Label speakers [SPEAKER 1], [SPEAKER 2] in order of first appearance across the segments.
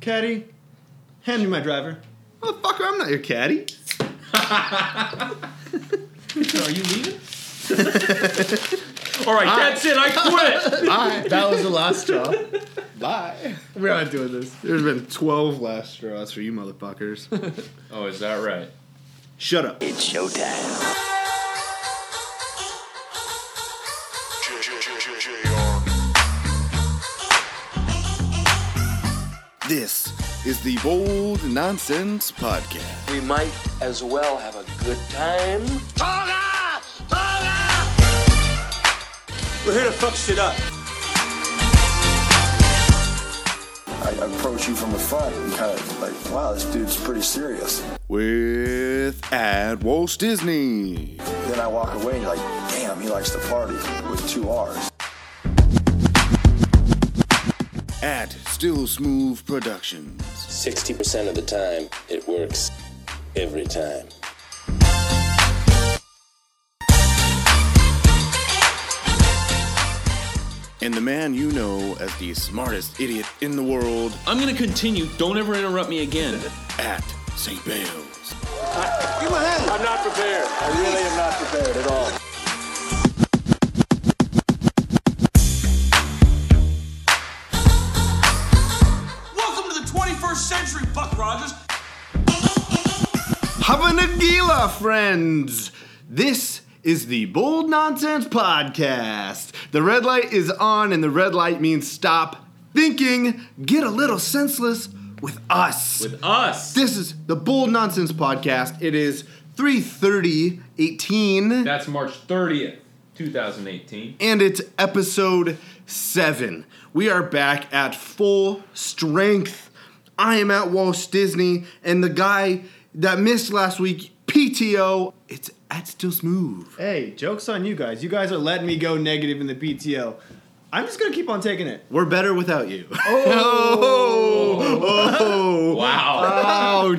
[SPEAKER 1] caddy, hand me my driver.
[SPEAKER 2] Motherfucker, I'm not your caddy.
[SPEAKER 3] So are you leaving?
[SPEAKER 4] All right, that's it. I quit.
[SPEAKER 2] Bye.
[SPEAKER 1] That was the last straw.
[SPEAKER 2] Bye.
[SPEAKER 1] We're not doing this.
[SPEAKER 2] There's been 12 last straws for you motherfuckers.
[SPEAKER 4] oh, is that right?
[SPEAKER 2] Shut up. This is the Bold Nonsense Podcast.
[SPEAKER 5] We might as well have a good time.
[SPEAKER 6] We're here to fuck shit up.
[SPEAKER 7] I approach you from the front and kind of like, wow, this dude's pretty serious.
[SPEAKER 2] With at Walt Disney.
[SPEAKER 7] Then I walk away and you're like, damn, he likes to party with two R's.
[SPEAKER 2] At Still Smooth Productions.
[SPEAKER 5] 60% of the time, it works every time.
[SPEAKER 2] And the man you know as the smartest idiot in the world
[SPEAKER 4] I'm gonna continue. Don't ever interrupt me again.
[SPEAKER 2] at St. Bale's.
[SPEAKER 6] I'm not prepared.
[SPEAKER 7] I really am not prepared at all.
[SPEAKER 6] Welcome to the 21st century, Buck Rogers.
[SPEAKER 2] Habanagila, friends! This is the Bold Nonsense Podcast. The red light is on, and the red light means stop thinking, get a little senseless with us.
[SPEAKER 4] With us.
[SPEAKER 2] this is the Bold Nonsense Podcast. It is 3:30, 18,
[SPEAKER 4] That's March 30th, 2018.
[SPEAKER 2] and it's episode 7. We are back at full strength. I am at Walt Disney, and the guy that missed last week, PTO, it's at Still Smooth.
[SPEAKER 1] Hey, joke's on you guys. You guys are letting me go negative in the PTO. I'm just gonna keep on taking it.
[SPEAKER 2] We're better without you. Oh,
[SPEAKER 4] Wow.
[SPEAKER 2] ouch!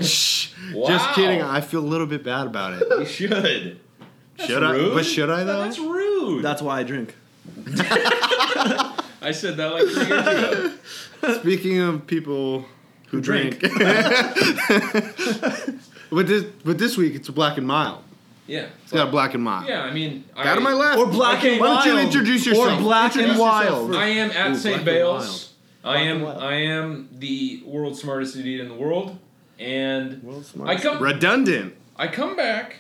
[SPEAKER 2] Just
[SPEAKER 4] Wow.
[SPEAKER 2] kidding. I feel a little bit bad about it.
[SPEAKER 4] You should.
[SPEAKER 2] should I?
[SPEAKER 4] rude.
[SPEAKER 2] But should I though?
[SPEAKER 4] That's rude.
[SPEAKER 1] That's why I drink.
[SPEAKER 4] I said that like three years ago.
[SPEAKER 2] Speaking of people who drink, but this but this week it's a black and mild.
[SPEAKER 4] Yeah.
[SPEAKER 2] It's got a black and mild.
[SPEAKER 4] Yeah, I mean, I,
[SPEAKER 2] Out of my left.
[SPEAKER 1] Or black
[SPEAKER 4] Okay,
[SPEAKER 1] and
[SPEAKER 2] why
[SPEAKER 1] wild.
[SPEAKER 2] don't you introduce yourself?
[SPEAKER 1] Or black and
[SPEAKER 2] Introduce
[SPEAKER 1] wild.
[SPEAKER 4] I am
[SPEAKER 2] Ooh,
[SPEAKER 4] at
[SPEAKER 2] black
[SPEAKER 4] St.
[SPEAKER 2] and
[SPEAKER 4] Bale's. I am.
[SPEAKER 1] wild.
[SPEAKER 4] I am the world's smartest idiot in the world, and I come.
[SPEAKER 2] Redundant.
[SPEAKER 4] I come back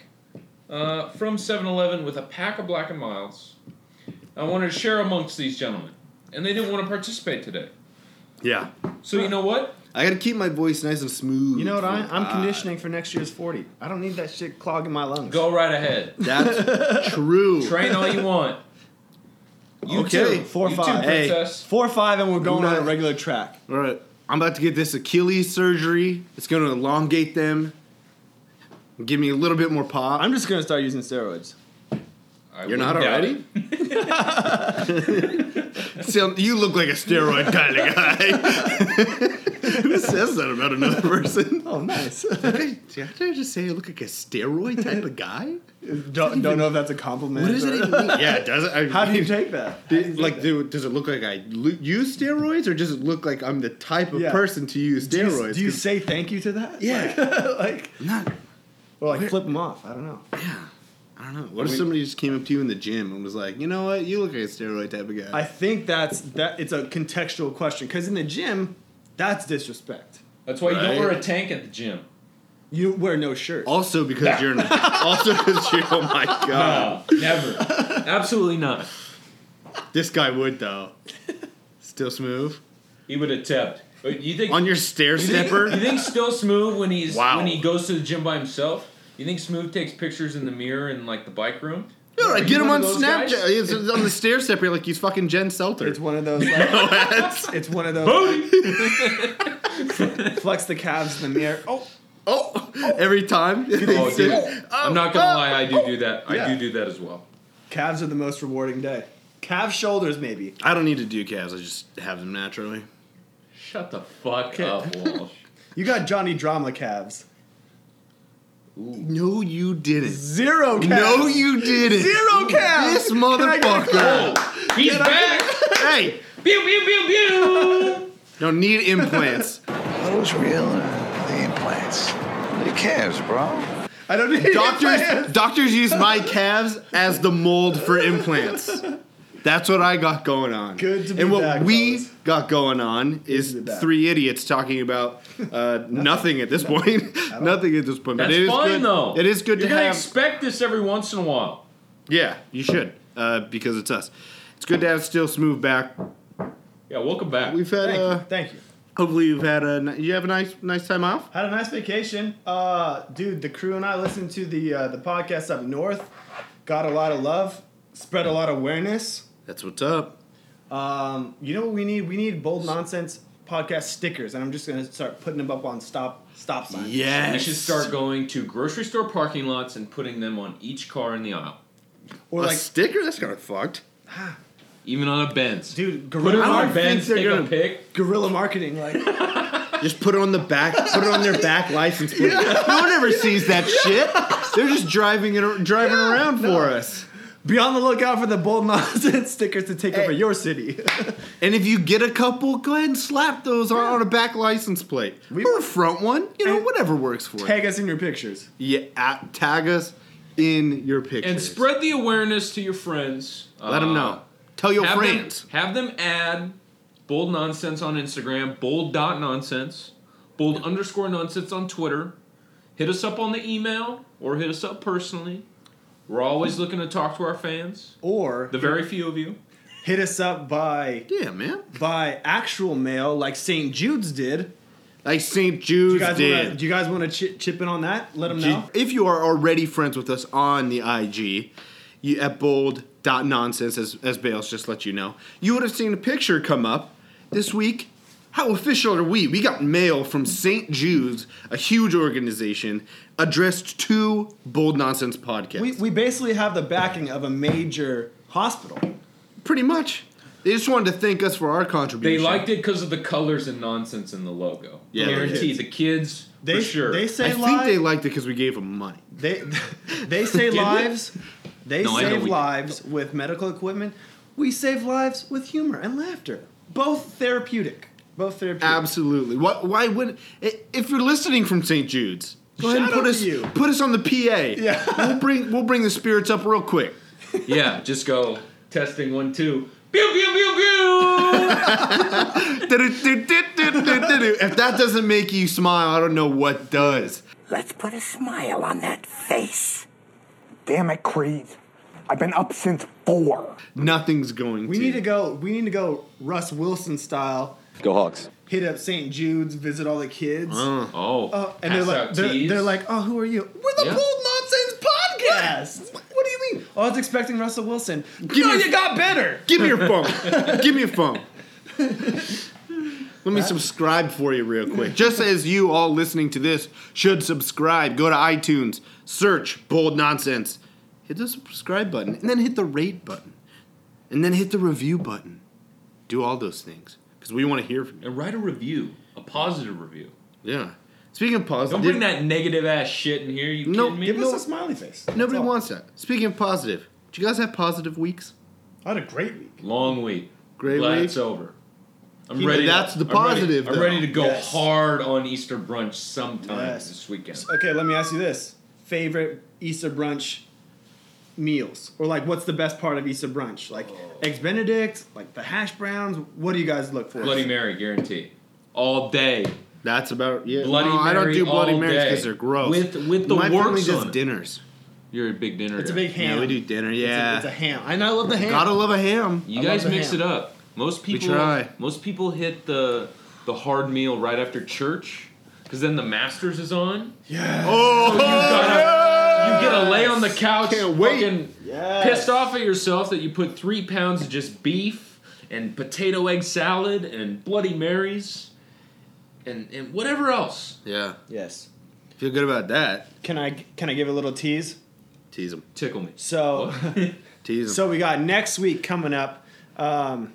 [SPEAKER 4] uh, from 7-Eleven with a pack of Black and Miles. I wanted to share amongst these gentlemen, and they didn't want to participate today.
[SPEAKER 2] Yeah.
[SPEAKER 4] So you know what?
[SPEAKER 2] I gotta keep my voice nice and smooth.
[SPEAKER 1] You know what? I, I'm
[SPEAKER 2] Ah,
[SPEAKER 1] conditioning for next year's 40. I don't need that shit clogging my lungs.
[SPEAKER 4] Go right ahead.
[SPEAKER 2] That's true.
[SPEAKER 4] Train all you want. You
[SPEAKER 2] Okay,
[SPEAKER 4] too.
[SPEAKER 1] four,
[SPEAKER 4] you Too,
[SPEAKER 1] five. Hey.
[SPEAKER 4] princess.
[SPEAKER 1] Four five, and we're going on a
[SPEAKER 2] Nice.
[SPEAKER 1] regular track.
[SPEAKER 2] All right. I'm about to get this Achilles surgery. It's going to elongate them. Give me a little bit more pop.
[SPEAKER 1] I'm just gonna start using steroids.
[SPEAKER 4] I
[SPEAKER 2] You're not
[SPEAKER 4] wouldn't doubt
[SPEAKER 2] already? so you look like a steroid kind of guy. Who says that about another person?
[SPEAKER 1] Oh, nice.
[SPEAKER 2] Did I, did I just say I look like a steroid type of guy?
[SPEAKER 1] don't, don't know if that's a compliment.
[SPEAKER 2] What does it
[SPEAKER 1] or-
[SPEAKER 2] even mean? Yeah, does it? I,
[SPEAKER 1] How do you take that?
[SPEAKER 2] Did, like, do, does it look like I lo- use steroids, or does it look like I'm the type of
[SPEAKER 1] Yeah.
[SPEAKER 2] person to use
[SPEAKER 1] Do you-
[SPEAKER 2] steroids?
[SPEAKER 1] Do you
[SPEAKER 2] 'Cause
[SPEAKER 1] say thank you to that?
[SPEAKER 2] Yeah.
[SPEAKER 1] Like, like-
[SPEAKER 2] I'm not
[SPEAKER 1] or like flip them off. I don't know.
[SPEAKER 2] I don't know. What if somebody just came up to you in the gym and was like, you know what, you look like a steroid type of guy?
[SPEAKER 1] I think that's that. It's a contextual question because in the gym, that's disrespect.
[SPEAKER 4] That's why you
[SPEAKER 2] Right.
[SPEAKER 4] don't wear a tank at the gym.
[SPEAKER 1] You wear no shirt.
[SPEAKER 2] also because you're an, also because you're oh my god.
[SPEAKER 4] No, Uh, never. Absolutely not.
[SPEAKER 2] This guy would though. Still smooth.
[SPEAKER 4] He would attempt. But you think
[SPEAKER 2] On your stair
[SPEAKER 4] you think, you
[SPEAKER 2] stepper.
[SPEAKER 4] think still smooth when he's
[SPEAKER 2] Wow.
[SPEAKER 4] when he goes to the gym by himself? You think smooth takes pictures in the mirror in like the bike room?
[SPEAKER 2] Dude, I
[SPEAKER 4] Are you
[SPEAKER 2] get him
[SPEAKER 4] one
[SPEAKER 2] on
[SPEAKER 4] of those
[SPEAKER 2] Snapchat.
[SPEAKER 4] guys?
[SPEAKER 2] It's it's on the stair stepper like he's fucking Jen Seltzer.
[SPEAKER 1] It's one of those. Like, it's one of those. Flex the calves in the mirror. Oh,
[SPEAKER 2] oh, every time.
[SPEAKER 4] Oh, dude. I'm not gonna
[SPEAKER 2] oh,
[SPEAKER 4] lie, I do do that. I
[SPEAKER 1] Yeah.
[SPEAKER 4] do do that as well.
[SPEAKER 1] calves are the most rewarding day. Calf shoulders maybe.
[SPEAKER 2] I don't need to do calves. I just have them naturally.
[SPEAKER 4] Shut the fuck up, Walsh.
[SPEAKER 1] You got Johnny Drama calves.
[SPEAKER 2] No, you didn't.
[SPEAKER 1] Zero calves.
[SPEAKER 2] No, you didn't.
[SPEAKER 1] Zero calves.
[SPEAKER 2] This motherfucker.
[SPEAKER 4] He's back!
[SPEAKER 2] Hey,
[SPEAKER 4] Pew pew pew pew!
[SPEAKER 2] don't need implants.
[SPEAKER 7] I don't
[SPEAKER 8] was real or the implants? Who cares, bro?
[SPEAKER 1] I don't need
[SPEAKER 2] Doctors, doctors use my calves as the mold for implants. That's what I got going on.
[SPEAKER 1] Good to be
[SPEAKER 2] And what
[SPEAKER 1] back,
[SPEAKER 2] we
[SPEAKER 1] fellas.
[SPEAKER 2] got going on is
[SPEAKER 1] be back.
[SPEAKER 2] three idiots talking about uh, nothing at this point. nothing at this point.
[SPEAKER 4] That's
[SPEAKER 2] but it is
[SPEAKER 4] fine
[SPEAKER 2] good.
[SPEAKER 4] though.
[SPEAKER 2] It is good
[SPEAKER 4] You're
[SPEAKER 2] to
[SPEAKER 4] gonna
[SPEAKER 2] have.
[SPEAKER 4] expect this every once in a while.
[SPEAKER 2] yeah, you should uh, because it's us. It's good to have still smooth back.
[SPEAKER 4] Yeah, welcome back.
[SPEAKER 2] We've had.
[SPEAKER 1] Thank
[SPEAKER 2] Uh,
[SPEAKER 1] you. Thank you.
[SPEAKER 2] hopefully, you've had a. ni- You have a nice, nice time off.
[SPEAKER 1] Had a nice vacation, uh, dude. The crew and I listened to the uh, the podcast up north. Got a lot of love. Spread a lot of awareness.
[SPEAKER 2] That's what's up.
[SPEAKER 1] Um, you know what we need? We need bold nonsense podcast stickers, and I'm just gonna start putting them up on stop stop signs.
[SPEAKER 2] Yes.
[SPEAKER 4] we should start going to grocery store parking lots and putting them on each car in the aisle,
[SPEAKER 1] Or
[SPEAKER 2] a
[SPEAKER 1] like,
[SPEAKER 2] sticker. That's kind of fucked.
[SPEAKER 4] even on a Benz.
[SPEAKER 1] dude,
[SPEAKER 4] Put it
[SPEAKER 1] gorilla,
[SPEAKER 2] I
[SPEAKER 4] on
[SPEAKER 2] don't think
[SPEAKER 4] a Benz,
[SPEAKER 2] they're
[SPEAKER 4] take a
[SPEAKER 2] gonna-
[SPEAKER 4] pic.
[SPEAKER 1] gorilla marketing. Like,
[SPEAKER 2] Just put it on the back. Put it on their back license plate. No one ever sees that shit. They're just driving it, driving around for us.
[SPEAKER 1] be on the lookout for the bold nonsense stickers to take over your city.
[SPEAKER 2] And if you get a couple, go ahead and slap those on, on a back license plate or a front one. You know,
[SPEAKER 1] And-
[SPEAKER 2] whatever works for you.
[SPEAKER 1] Tag us in your pictures.
[SPEAKER 2] Yeah, at- tag us in your pictures
[SPEAKER 4] And spread the awareness to your friends.
[SPEAKER 2] Let them
[SPEAKER 4] Uh,
[SPEAKER 2] know. Tell your
[SPEAKER 4] have
[SPEAKER 2] friends.
[SPEAKER 4] Them, have them add bold nonsense on Instagram, bold dot nonsense, bold underscore nonsense on Twitter. Hit us up on the email or hit us up personally. We're always looking to talk to our fans,
[SPEAKER 1] Or
[SPEAKER 4] the very few of you.
[SPEAKER 1] hit us up by
[SPEAKER 2] yeah, man.
[SPEAKER 1] by actual mail, like St. Jude's did.
[SPEAKER 2] Like St.
[SPEAKER 1] Do
[SPEAKER 2] Jude's
[SPEAKER 1] you guys
[SPEAKER 2] did.
[SPEAKER 1] wanna, do you guys want to ch- chip in on that? Let them
[SPEAKER 2] Ju-
[SPEAKER 1] know.
[SPEAKER 2] If you are already friends with us on the IG, you, at bold.nonsense, as, as Bales just let you know, you would have seen a picture come up this week. How official are we? We got mail from St. Jude's, a huge organization, addressed to Bold Nonsense Podcast.
[SPEAKER 1] We, we basically have the backing of a major hospital.
[SPEAKER 2] Pretty much. They just wanted to thank us for our
[SPEAKER 4] They
[SPEAKER 2] contribution.
[SPEAKER 4] liked it because of the colors and nonsense in the logo.
[SPEAKER 2] Yeah, the
[SPEAKER 4] Guarantee the kids,
[SPEAKER 1] They
[SPEAKER 4] for sure.
[SPEAKER 1] they say
[SPEAKER 2] I think
[SPEAKER 1] live.
[SPEAKER 2] they liked it because we gave them money.
[SPEAKER 1] They they save
[SPEAKER 4] we?
[SPEAKER 1] lives. They
[SPEAKER 4] No, I know
[SPEAKER 1] save
[SPEAKER 4] we-
[SPEAKER 1] lives with medical equipment. We save lives with humor and laughter. Both therapeutic. Both therapeutic.
[SPEAKER 2] Absolutely. Why, why would i- if you're listening from St. Jude's? Go ahead and
[SPEAKER 1] Shout
[SPEAKER 2] put
[SPEAKER 1] out
[SPEAKER 2] us
[SPEAKER 1] to you.
[SPEAKER 2] put us on the PA. Yeah, we'll bring we'll bring the spirits up real quick.
[SPEAKER 4] yeah, just go testing one, two. Pew, pew, pew, pew!
[SPEAKER 2] if that doesn't make you smile, I don't know what does.
[SPEAKER 9] Let's put a smile on that face. Damn it, Creed. I've been up since four.
[SPEAKER 2] Nothing's going.
[SPEAKER 1] We
[SPEAKER 2] to.
[SPEAKER 1] need to go. We need to go Russ Wilson style.
[SPEAKER 8] Go Hawks.
[SPEAKER 1] Hit up St. Jude's. Visit all the kids.
[SPEAKER 4] oh,
[SPEAKER 1] Oh, and they're
[SPEAKER 4] pass
[SPEAKER 1] like,
[SPEAKER 4] out
[SPEAKER 1] they're,
[SPEAKER 4] teas.
[SPEAKER 1] they're like, oh, who are you? We're the
[SPEAKER 4] Yeah.
[SPEAKER 1] Bold Nonsense Podcast. What do you mean? Oh, I was expecting Russell Wilson.
[SPEAKER 2] Give
[SPEAKER 1] no,
[SPEAKER 2] me-
[SPEAKER 1] you got better.
[SPEAKER 2] Give me your phone. Give me your phone. Let me subscribe for you real quick. Just as you all listening to this should subscribe, go to iTunes, search Bold Nonsense, hit the subscribe button, and then hit the rate button, and then hit the review button. Do all those things because we want to hear from you.
[SPEAKER 4] and write a review, a positive review.
[SPEAKER 2] Yeah. Speaking of positive,
[SPEAKER 4] Don't bring that negative ass shit in here. You
[SPEAKER 2] No,
[SPEAKER 4] kidding me?
[SPEAKER 1] Give
[SPEAKER 2] No.
[SPEAKER 1] us a smiley face. That's
[SPEAKER 2] nobody
[SPEAKER 1] all.
[SPEAKER 2] wants that. Speaking of positive, do you guys have positive weeks?
[SPEAKER 1] I had a great week.
[SPEAKER 4] Long week.
[SPEAKER 2] Great
[SPEAKER 4] Glad
[SPEAKER 2] week.
[SPEAKER 4] it's over. I'm
[SPEAKER 2] He-
[SPEAKER 4] ready.
[SPEAKER 2] that's
[SPEAKER 4] to,
[SPEAKER 2] the
[SPEAKER 4] I'm ready-
[SPEAKER 2] positive,
[SPEAKER 4] I'm
[SPEAKER 2] though.
[SPEAKER 4] ready, to go
[SPEAKER 1] Yes.
[SPEAKER 4] hard on Easter brunch sometime
[SPEAKER 1] Yes.
[SPEAKER 4] this weekend.
[SPEAKER 1] Okay, let me ask you this: favorite Easter brunch meals, or like, what's the best part of Easter brunch? Like eggs Benedict, like the hash browns. What do you guys look for?
[SPEAKER 4] Bloody Mary, guarantee. All day.
[SPEAKER 2] That's about yeah.
[SPEAKER 4] Bloody
[SPEAKER 2] no, I don't
[SPEAKER 4] Mary
[SPEAKER 2] do Bloody
[SPEAKER 4] all
[SPEAKER 2] Marys
[SPEAKER 4] day.
[SPEAKER 2] because they're gross.
[SPEAKER 4] With- with the
[SPEAKER 2] my family
[SPEAKER 4] works
[SPEAKER 2] does
[SPEAKER 4] on it.
[SPEAKER 2] dinners.
[SPEAKER 4] You're a big dinner.
[SPEAKER 1] It's a
[SPEAKER 4] guy.
[SPEAKER 1] big ham.
[SPEAKER 2] Yeah, we do dinner.
[SPEAKER 1] It's a-
[SPEAKER 2] Yeah,
[SPEAKER 1] It's a, ham. I know I love the ham.
[SPEAKER 2] gotta love a ham.
[SPEAKER 4] You
[SPEAKER 1] I
[SPEAKER 4] guys
[SPEAKER 1] love the
[SPEAKER 4] mix
[SPEAKER 1] ham.
[SPEAKER 4] it up. Most people
[SPEAKER 2] try.
[SPEAKER 4] most people hit the the hard meal right after church cuz then the masters is on.
[SPEAKER 2] Oh,
[SPEAKER 4] You get to lay on the couch
[SPEAKER 2] Can't wait.
[SPEAKER 4] fucking
[SPEAKER 1] Yes.
[SPEAKER 4] pissed off at yourself that you put 3 pounds of just beef and potato egg salad and bloody marys and and whatever else.
[SPEAKER 2] yeah.
[SPEAKER 1] Yes.
[SPEAKER 2] Feel good about that.
[SPEAKER 1] Can I can I give a little tease?
[SPEAKER 2] Tease them.
[SPEAKER 4] Tickle me.
[SPEAKER 1] So
[SPEAKER 2] Tease them.
[SPEAKER 1] so we got next week coming up. Um,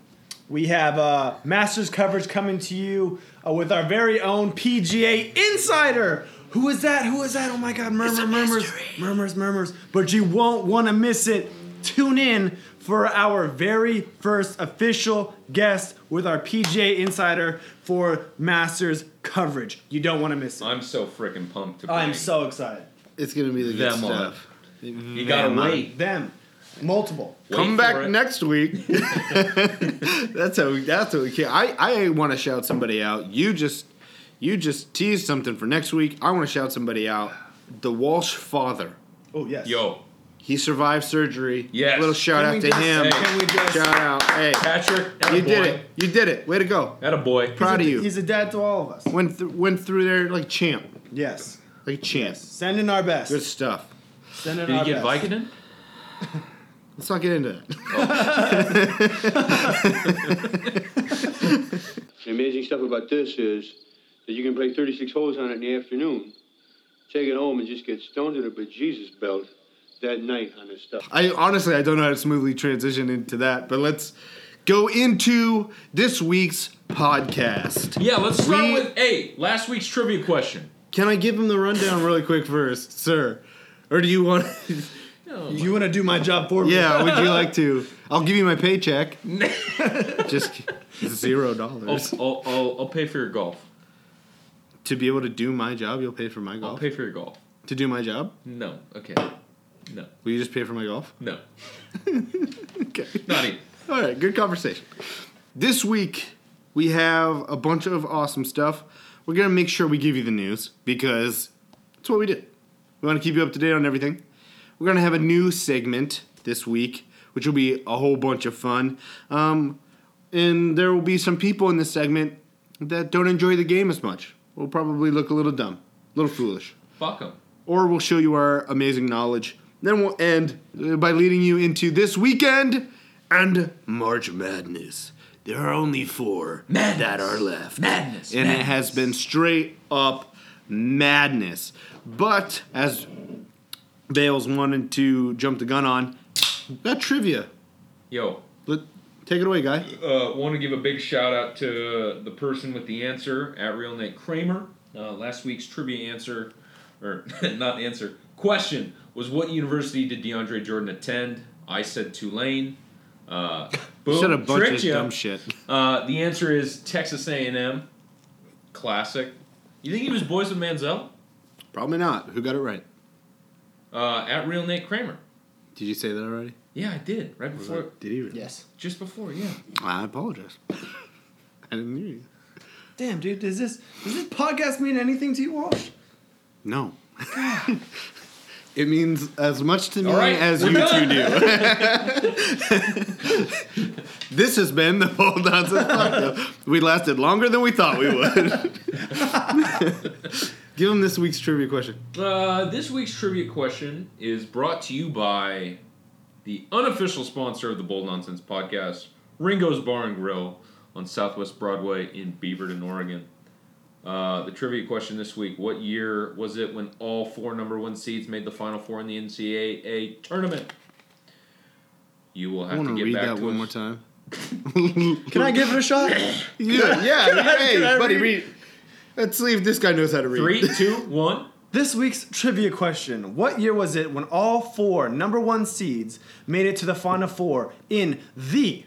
[SPEAKER 1] we have uh, Masters coverage coming to you uh, with our very own PGA Insider. Who is that? Who is that? Oh my God! Murmur, murmurs, murmurs, murmurs. But you won't want to miss it. Tune in for our very first official guest with our PGA Insider for Masters coverage. You don't want to miss it.
[SPEAKER 4] I'm so freaking pumped to
[SPEAKER 1] I'm
[SPEAKER 4] bring
[SPEAKER 1] so excited.
[SPEAKER 2] It's gonna be the good
[SPEAKER 4] Them on.
[SPEAKER 2] stuff.
[SPEAKER 4] You gotta
[SPEAKER 2] Them on.
[SPEAKER 4] wait.
[SPEAKER 1] Them, multiple.
[SPEAKER 4] Wait
[SPEAKER 2] Come
[SPEAKER 4] for
[SPEAKER 2] back
[SPEAKER 4] it.
[SPEAKER 2] next week. that's how. We, that's what we can. I I want to shout somebody out. You just you just teased something for next week. I want to shout somebody out. The Walsh father.
[SPEAKER 1] Oh yes.
[SPEAKER 4] Yo,
[SPEAKER 2] He survived surgery.
[SPEAKER 4] Yes.
[SPEAKER 2] Little shout
[SPEAKER 1] Can
[SPEAKER 2] out
[SPEAKER 1] we
[SPEAKER 2] to
[SPEAKER 1] just-
[SPEAKER 2] him.
[SPEAKER 1] Can we just?
[SPEAKER 2] Shout out. Hey,
[SPEAKER 4] Patrick,
[SPEAKER 2] you
[SPEAKER 4] attaboy.
[SPEAKER 2] did it. You did it. Way to go.
[SPEAKER 4] Attaboy.
[SPEAKER 2] Proud of you.
[SPEAKER 1] He's a dad to all of us.
[SPEAKER 2] Went th- went through there like champ.
[SPEAKER 1] Yes.
[SPEAKER 2] Like champ.
[SPEAKER 1] Send in our best.
[SPEAKER 2] Good stuff.
[SPEAKER 1] Send in
[SPEAKER 4] Did
[SPEAKER 1] our
[SPEAKER 4] he get
[SPEAKER 1] best.
[SPEAKER 4] Vicodin?
[SPEAKER 2] Let's not get into that.
[SPEAKER 10] The amazing stuff about this is that you can play 36 holes on it in the afternoon, take it home, and just get stoned to the bejesus belt that night on this stuff.
[SPEAKER 2] I honestly I don't know how to smoothly transition into that, but let's go into this week's podcast.
[SPEAKER 4] Yeah, let's start
[SPEAKER 2] We-
[SPEAKER 4] with hey, last week's trivia question.
[SPEAKER 2] Can I give him the rundown really quick first, sir? Or do you want?
[SPEAKER 1] You want to do my job for me?
[SPEAKER 2] yeah, would you like to? I'll give you my paycheck. Just ki- zero
[SPEAKER 4] I'll,
[SPEAKER 2] dollars
[SPEAKER 4] I'll, I'll, I'll pay for your golf.
[SPEAKER 2] to be able to do my job. You'll pay for my
[SPEAKER 4] I'll
[SPEAKER 2] golf.
[SPEAKER 4] pay for your golf.
[SPEAKER 2] to do my job,
[SPEAKER 4] No. Okay. No.
[SPEAKER 2] will you just pay for my golf?
[SPEAKER 4] No.
[SPEAKER 2] Okay.
[SPEAKER 4] Not even.
[SPEAKER 2] All right, good conversation. This week we have a bunch of awesome stuff. We're gonna make sure we give you the news because that's what we do. We want to keep you up to date on everything. We're gonna have a new segment this week, which will be a whole bunch of fun. Um, and there will be some people in this segment that don't enjoy the game as much. We'll probably look a little dumb, a little foolish
[SPEAKER 4] Fuck them.
[SPEAKER 2] or we'll show you our amazing knowledge. Then we'll end uh, by leading you into this weekend and March Madness. There are only four that are left. Madness. And it has been straight up madness. But as Bales wanted to jump the gun on, that trivia.
[SPEAKER 4] Yo,
[SPEAKER 2] Let, take it away, guy.
[SPEAKER 4] uh, want to give a big shout out to uh, the person with the answer at Real Nate Kramer. Uh, last week's trivia answer, or not answer, question was what university did DeAndre Jordan attend? I said Tulane. Uh, boom,
[SPEAKER 2] Said a bunch
[SPEAKER 4] tricked
[SPEAKER 2] of
[SPEAKER 4] ya.
[SPEAKER 2] dumb shit.
[SPEAKER 4] Uh, the answer is Texas A&M. Classic. You think he was boys with Manziel?
[SPEAKER 2] Probably not. Who got it right?
[SPEAKER 4] Uh, at Real Nate Kramer.
[SPEAKER 2] Did you say that already?
[SPEAKER 4] Yeah, I did. Right before,
[SPEAKER 2] Did he? Really?
[SPEAKER 1] Yes.
[SPEAKER 4] just before, yeah.
[SPEAKER 2] I apologize. I didn't hear you.
[SPEAKER 1] Damn, dude, does this does this podcast mean anything to you, Walsh?
[SPEAKER 2] No. it means as much to me
[SPEAKER 4] All right,
[SPEAKER 2] as
[SPEAKER 4] we're
[SPEAKER 2] you
[SPEAKER 4] done.
[SPEAKER 2] two do. this has been the whole nonsense podcast. We lasted longer than we thought we would. Give him this week's trivia question.
[SPEAKER 4] Uh, this week's trivia question is brought to you by the unofficial sponsor of the Bold Nonsense podcast, Ringo's Bar and Grill on Southwest Broadway in Beaverton, Oregon. Uh, the trivia question this week: What year was it when all four number one seeds made the Final Four in the NCAA tournament? You will
[SPEAKER 2] I
[SPEAKER 4] have
[SPEAKER 2] want
[SPEAKER 4] to
[SPEAKER 2] to
[SPEAKER 4] get
[SPEAKER 2] read that
[SPEAKER 4] back to
[SPEAKER 2] one
[SPEAKER 4] us.
[SPEAKER 2] more time.
[SPEAKER 1] Can I give it a shot?
[SPEAKER 2] Yeah, yeah. hey,
[SPEAKER 1] can I
[SPEAKER 2] buddy,
[SPEAKER 1] read?
[SPEAKER 2] read. Let's see if this guy knows how to read.
[SPEAKER 4] Three, two, one.
[SPEAKER 1] This week's trivia question What year was it when all four number one seeds made it to the Final Four in the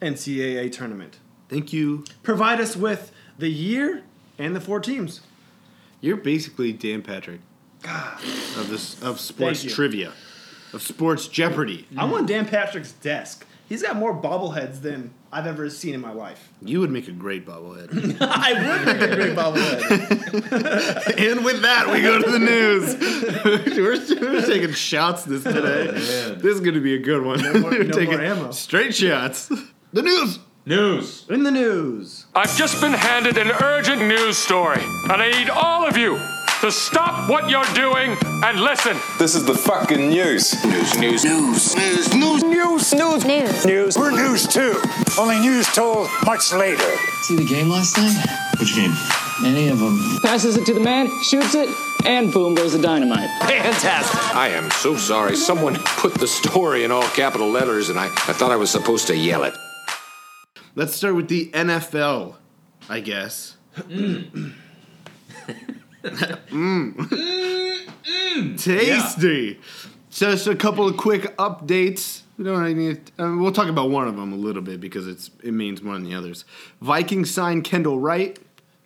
[SPEAKER 1] NCAA tournament?
[SPEAKER 2] Thank you.
[SPEAKER 1] Provide us with the year and the four teams.
[SPEAKER 2] You're basically Dan Patrick of this of sports
[SPEAKER 1] Thank you.
[SPEAKER 2] trivia, of sports Jeopardy.
[SPEAKER 1] I want Dan Patrick's desk. He's got more bobbleheads than I've ever seen in my life.
[SPEAKER 2] You would make a great bobblehead.
[SPEAKER 1] I would make a great bobblehead.
[SPEAKER 2] And with that, we go to the news. Oh, we're, we're taking shots this today. this is going to be a good one.
[SPEAKER 1] more-
[SPEAKER 2] we're
[SPEAKER 1] no
[SPEAKER 2] taking
[SPEAKER 1] more ammo.
[SPEAKER 2] straight shots. The news.
[SPEAKER 4] News.
[SPEAKER 1] In the news.
[SPEAKER 11] I've just been handed an urgent news story, and I need all of you to stop what you're doing and listen.
[SPEAKER 8] This is the fucking news. News, news, news, news, news, news, news, news, news. We're news too. Only news told much later.
[SPEAKER 11] See the game last night? Which game? Any of them. Passes it to the man, shoots it, and boom goes the dynamite. Fantastic.
[SPEAKER 8] I am so sorry. Someone put the story in all capital letters, and I, I thought I was supposed to yell it.
[SPEAKER 2] Let's start with the NFL, I guess. Mm. Tasty. So Just a couple of quick updates. We don't really need. uh we'll talk about one of them a little bit because it's it means more than the others. Vikings sign Kendall Wright.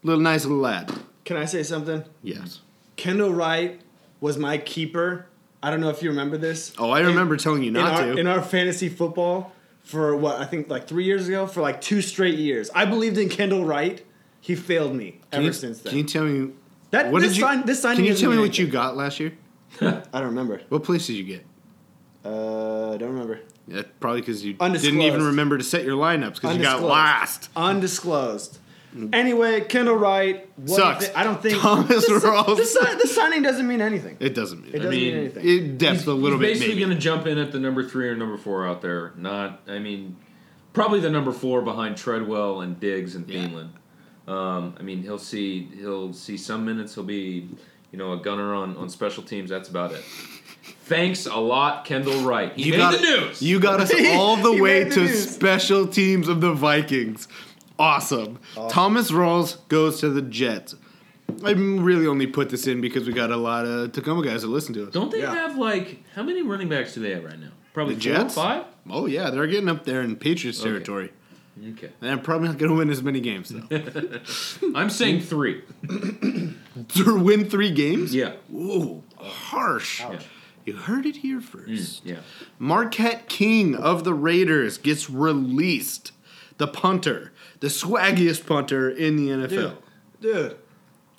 [SPEAKER 2] Little nice little lad.
[SPEAKER 1] Can I say something?
[SPEAKER 2] Yes.
[SPEAKER 1] Kendall Wright was my keeper. I don't know if you remember this.
[SPEAKER 2] Oh, I remember telling you not
[SPEAKER 1] in our,
[SPEAKER 2] to.
[SPEAKER 1] In our fantasy football for what I think like three years ago for like two straight years. I believed in Kendall Wright. He failed me
[SPEAKER 2] Can
[SPEAKER 1] ever
[SPEAKER 2] you-
[SPEAKER 1] since then.
[SPEAKER 2] Can you tell me
[SPEAKER 1] That-
[SPEAKER 2] what
[SPEAKER 1] this
[SPEAKER 2] did you,
[SPEAKER 1] sign- this signing
[SPEAKER 2] Can you
[SPEAKER 1] doesn't
[SPEAKER 2] tell me
[SPEAKER 1] mean
[SPEAKER 2] what you got last year?
[SPEAKER 1] I don't remember.
[SPEAKER 2] What place did you get?
[SPEAKER 1] Uh, I don't remember.
[SPEAKER 2] Yeah, probably because you didn't even
[SPEAKER 1] Undisclosed.
[SPEAKER 2] remember to set your lineups because you got
[SPEAKER 1] Undisclosed.
[SPEAKER 2] last.
[SPEAKER 1] Undisclosed. Anyway, Kendall Wright what
[SPEAKER 2] Sucks.
[SPEAKER 1] do you thi- I don't think
[SPEAKER 2] Thomas
[SPEAKER 1] this,
[SPEAKER 2] Rawls.
[SPEAKER 1] This, si- this signing doesn't mean anything.
[SPEAKER 2] It doesn't mean
[SPEAKER 1] It doesn't
[SPEAKER 4] I mean,
[SPEAKER 1] mean anything.
[SPEAKER 2] It depth a little
[SPEAKER 4] He's
[SPEAKER 2] bit,
[SPEAKER 4] basically
[SPEAKER 2] maybe.
[SPEAKER 4] going to jump in at the number three or number four out there. Not, I mean, probably the number four behind Treadwell and Diggs and Thielen. Um, I mean, he'll see he'll see some minutes. He'll be, you know, a gunner on, on special teams. That's about it. Thanks a lot, Kendall Wright. He made
[SPEAKER 2] got,
[SPEAKER 4] the news.
[SPEAKER 2] You got us all the
[SPEAKER 4] He
[SPEAKER 2] way
[SPEAKER 4] made the
[SPEAKER 2] to
[SPEAKER 4] news.
[SPEAKER 2] special teams of the Vikings. Awesome. Thomas Rawls goes to the Jets. I really only put this in because we got a lot of Tacoma guys that listen to us.
[SPEAKER 4] Don't they have like how many running backs do they have right now? Probably
[SPEAKER 2] the
[SPEAKER 4] four or
[SPEAKER 2] Jets?
[SPEAKER 4] five.
[SPEAKER 2] Oh yeah, they're getting up there in Patriots territory.
[SPEAKER 4] Okay.
[SPEAKER 2] And they're probably not going to win as many games though.
[SPEAKER 4] I'm saying three.
[SPEAKER 2] to win three games?
[SPEAKER 4] Yeah.
[SPEAKER 2] Whoa, harsh. You heard it here first.
[SPEAKER 4] Mm, yeah.
[SPEAKER 2] Marquette King of the Raiders gets released. The punter, the swaggiest punter in the NFL.
[SPEAKER 1] Dude, dude.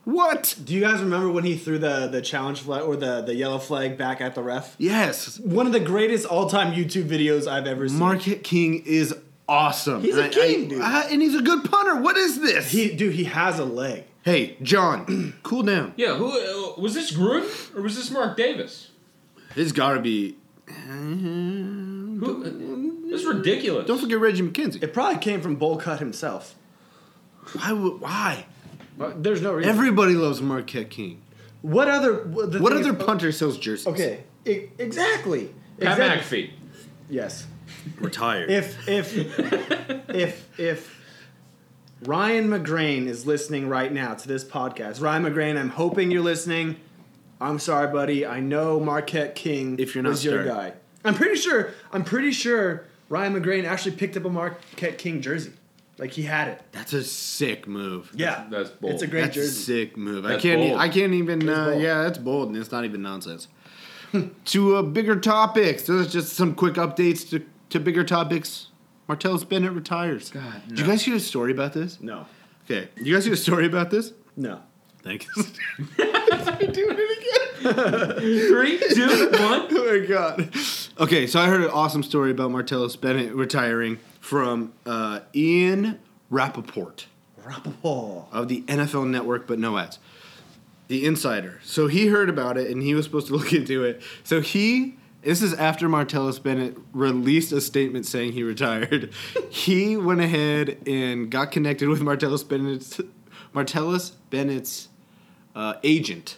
[SPEAKER 2] What?
[SPEAKER 1] Do you guys remember when he threw the, the challenge flag or the, the yellow flag back at the ref?
[SPEAKER 2] Yes.
[SPEAKER 1] One of the greatest all time YouTube videos I've ever seen.
[SPEAKER 2] Marquette King is awesome.
[SPEAKER 1] He's
[SPEAKER 2] a
[SPEAKER 1] a king, dude.
[SPEAKER 2] and he's a good punter. What is this?
[SPEAKER 1] He, dude, he has a leg.
[SPEAKER 2] Hey, John, cool down.
[SPEAKER 4] Yeah. Who uh, was this? Gruden or was this Mark Davis?
[SPEAKER 2] It's got to be.
[SPEAKER 4] Who, uh, this is ridiculous.
[SPEAKER 2] Don't forget Reggie McKenzie.
[SPEAKER 1] It probably came from Bowl Cut himself.
[SPEAKER 2] Why? would- Why?
[SPEAKER 1] There's no reason.
[SPEAKER 2] Everybody loves Marquette King.
[SPEAKER 1] what other? What, the
[SPEAKER 2] What
[SPEAKER 1] thing
[SPEAKER 2] other
[SPEAKER 1] is-
[SPEAKER 2] punter sells jerseys?
[SPEAKER 1] Okay, e- exactly.
[SPEAKER 4] Pat
[SPEAKER 1] exactly.
[SPEAKER 4] McAfee.
[SPEAKER 1] Yes.
[SPEAKER 2] Retired.
[SPEAKER 1] If if if if Ryan McGrain is listening right now to this podcast, Ryan McGrain, I'm hoping you're listening. I'm sorry, buddy. I know Marquette King
[SPEAKER 2] If you're not
[SPEAKER 1] was your
[SPEAKER 2] starting.
[SPEAKER 1] guy. I'm pretty sure. I'm pretty sure Ryan McGrain actually picked up a Marquette King jersey. Like he had it.
[SPEAKER 2] That's a sick move.
[SPEAKER 1] Yeah,
[SPEAKER 4] That's bold.
[SPEAKER 1] It's a great
[SPEAKER 2] that's a
[SPEAKER 1] jersey.
[SPEAKER 2] sick move. I
[SPEAKER 4] That's
[SPEAKER 2] can't. e-
[SPEAKER 4] bold.
[SPEAKER 2] I can't even.
[SPEAKER 1] That's
[SPEAKER 2] Uh,
[SPEAKER 1] bold.
[SPEAKER 2] yeah, that's bold, and it's not even nonsense. to uh, bigger topics. There's just some quick updates to, to bigger topics. Martellus Bennett retires. God, Did you guys hear a story about this?
[SPEAKER 1] No,
[SPEAKER 2] Okay, you guys hear a story about this?
[SPEAKER 1] no.
[SPEAKER 2] Thank you.
[SPEAKER 4] Three, two, one.
[SPEAKER 2] oh my god. Okay, so I heard an awesome story about Martellus Bennett retiring from uh, Ian Rappaport.
[SPEAKER 1] Rappaport.
[SPEAKER 2] of the NFL Network, but no ads. The Insider. So he heard about it and he was supposed to look into it. So he, this is after Martellus Bennett released a statement saying he retired. he went ahead and got connected with Martellus Bennett's, Martellus Bennett's uh, agent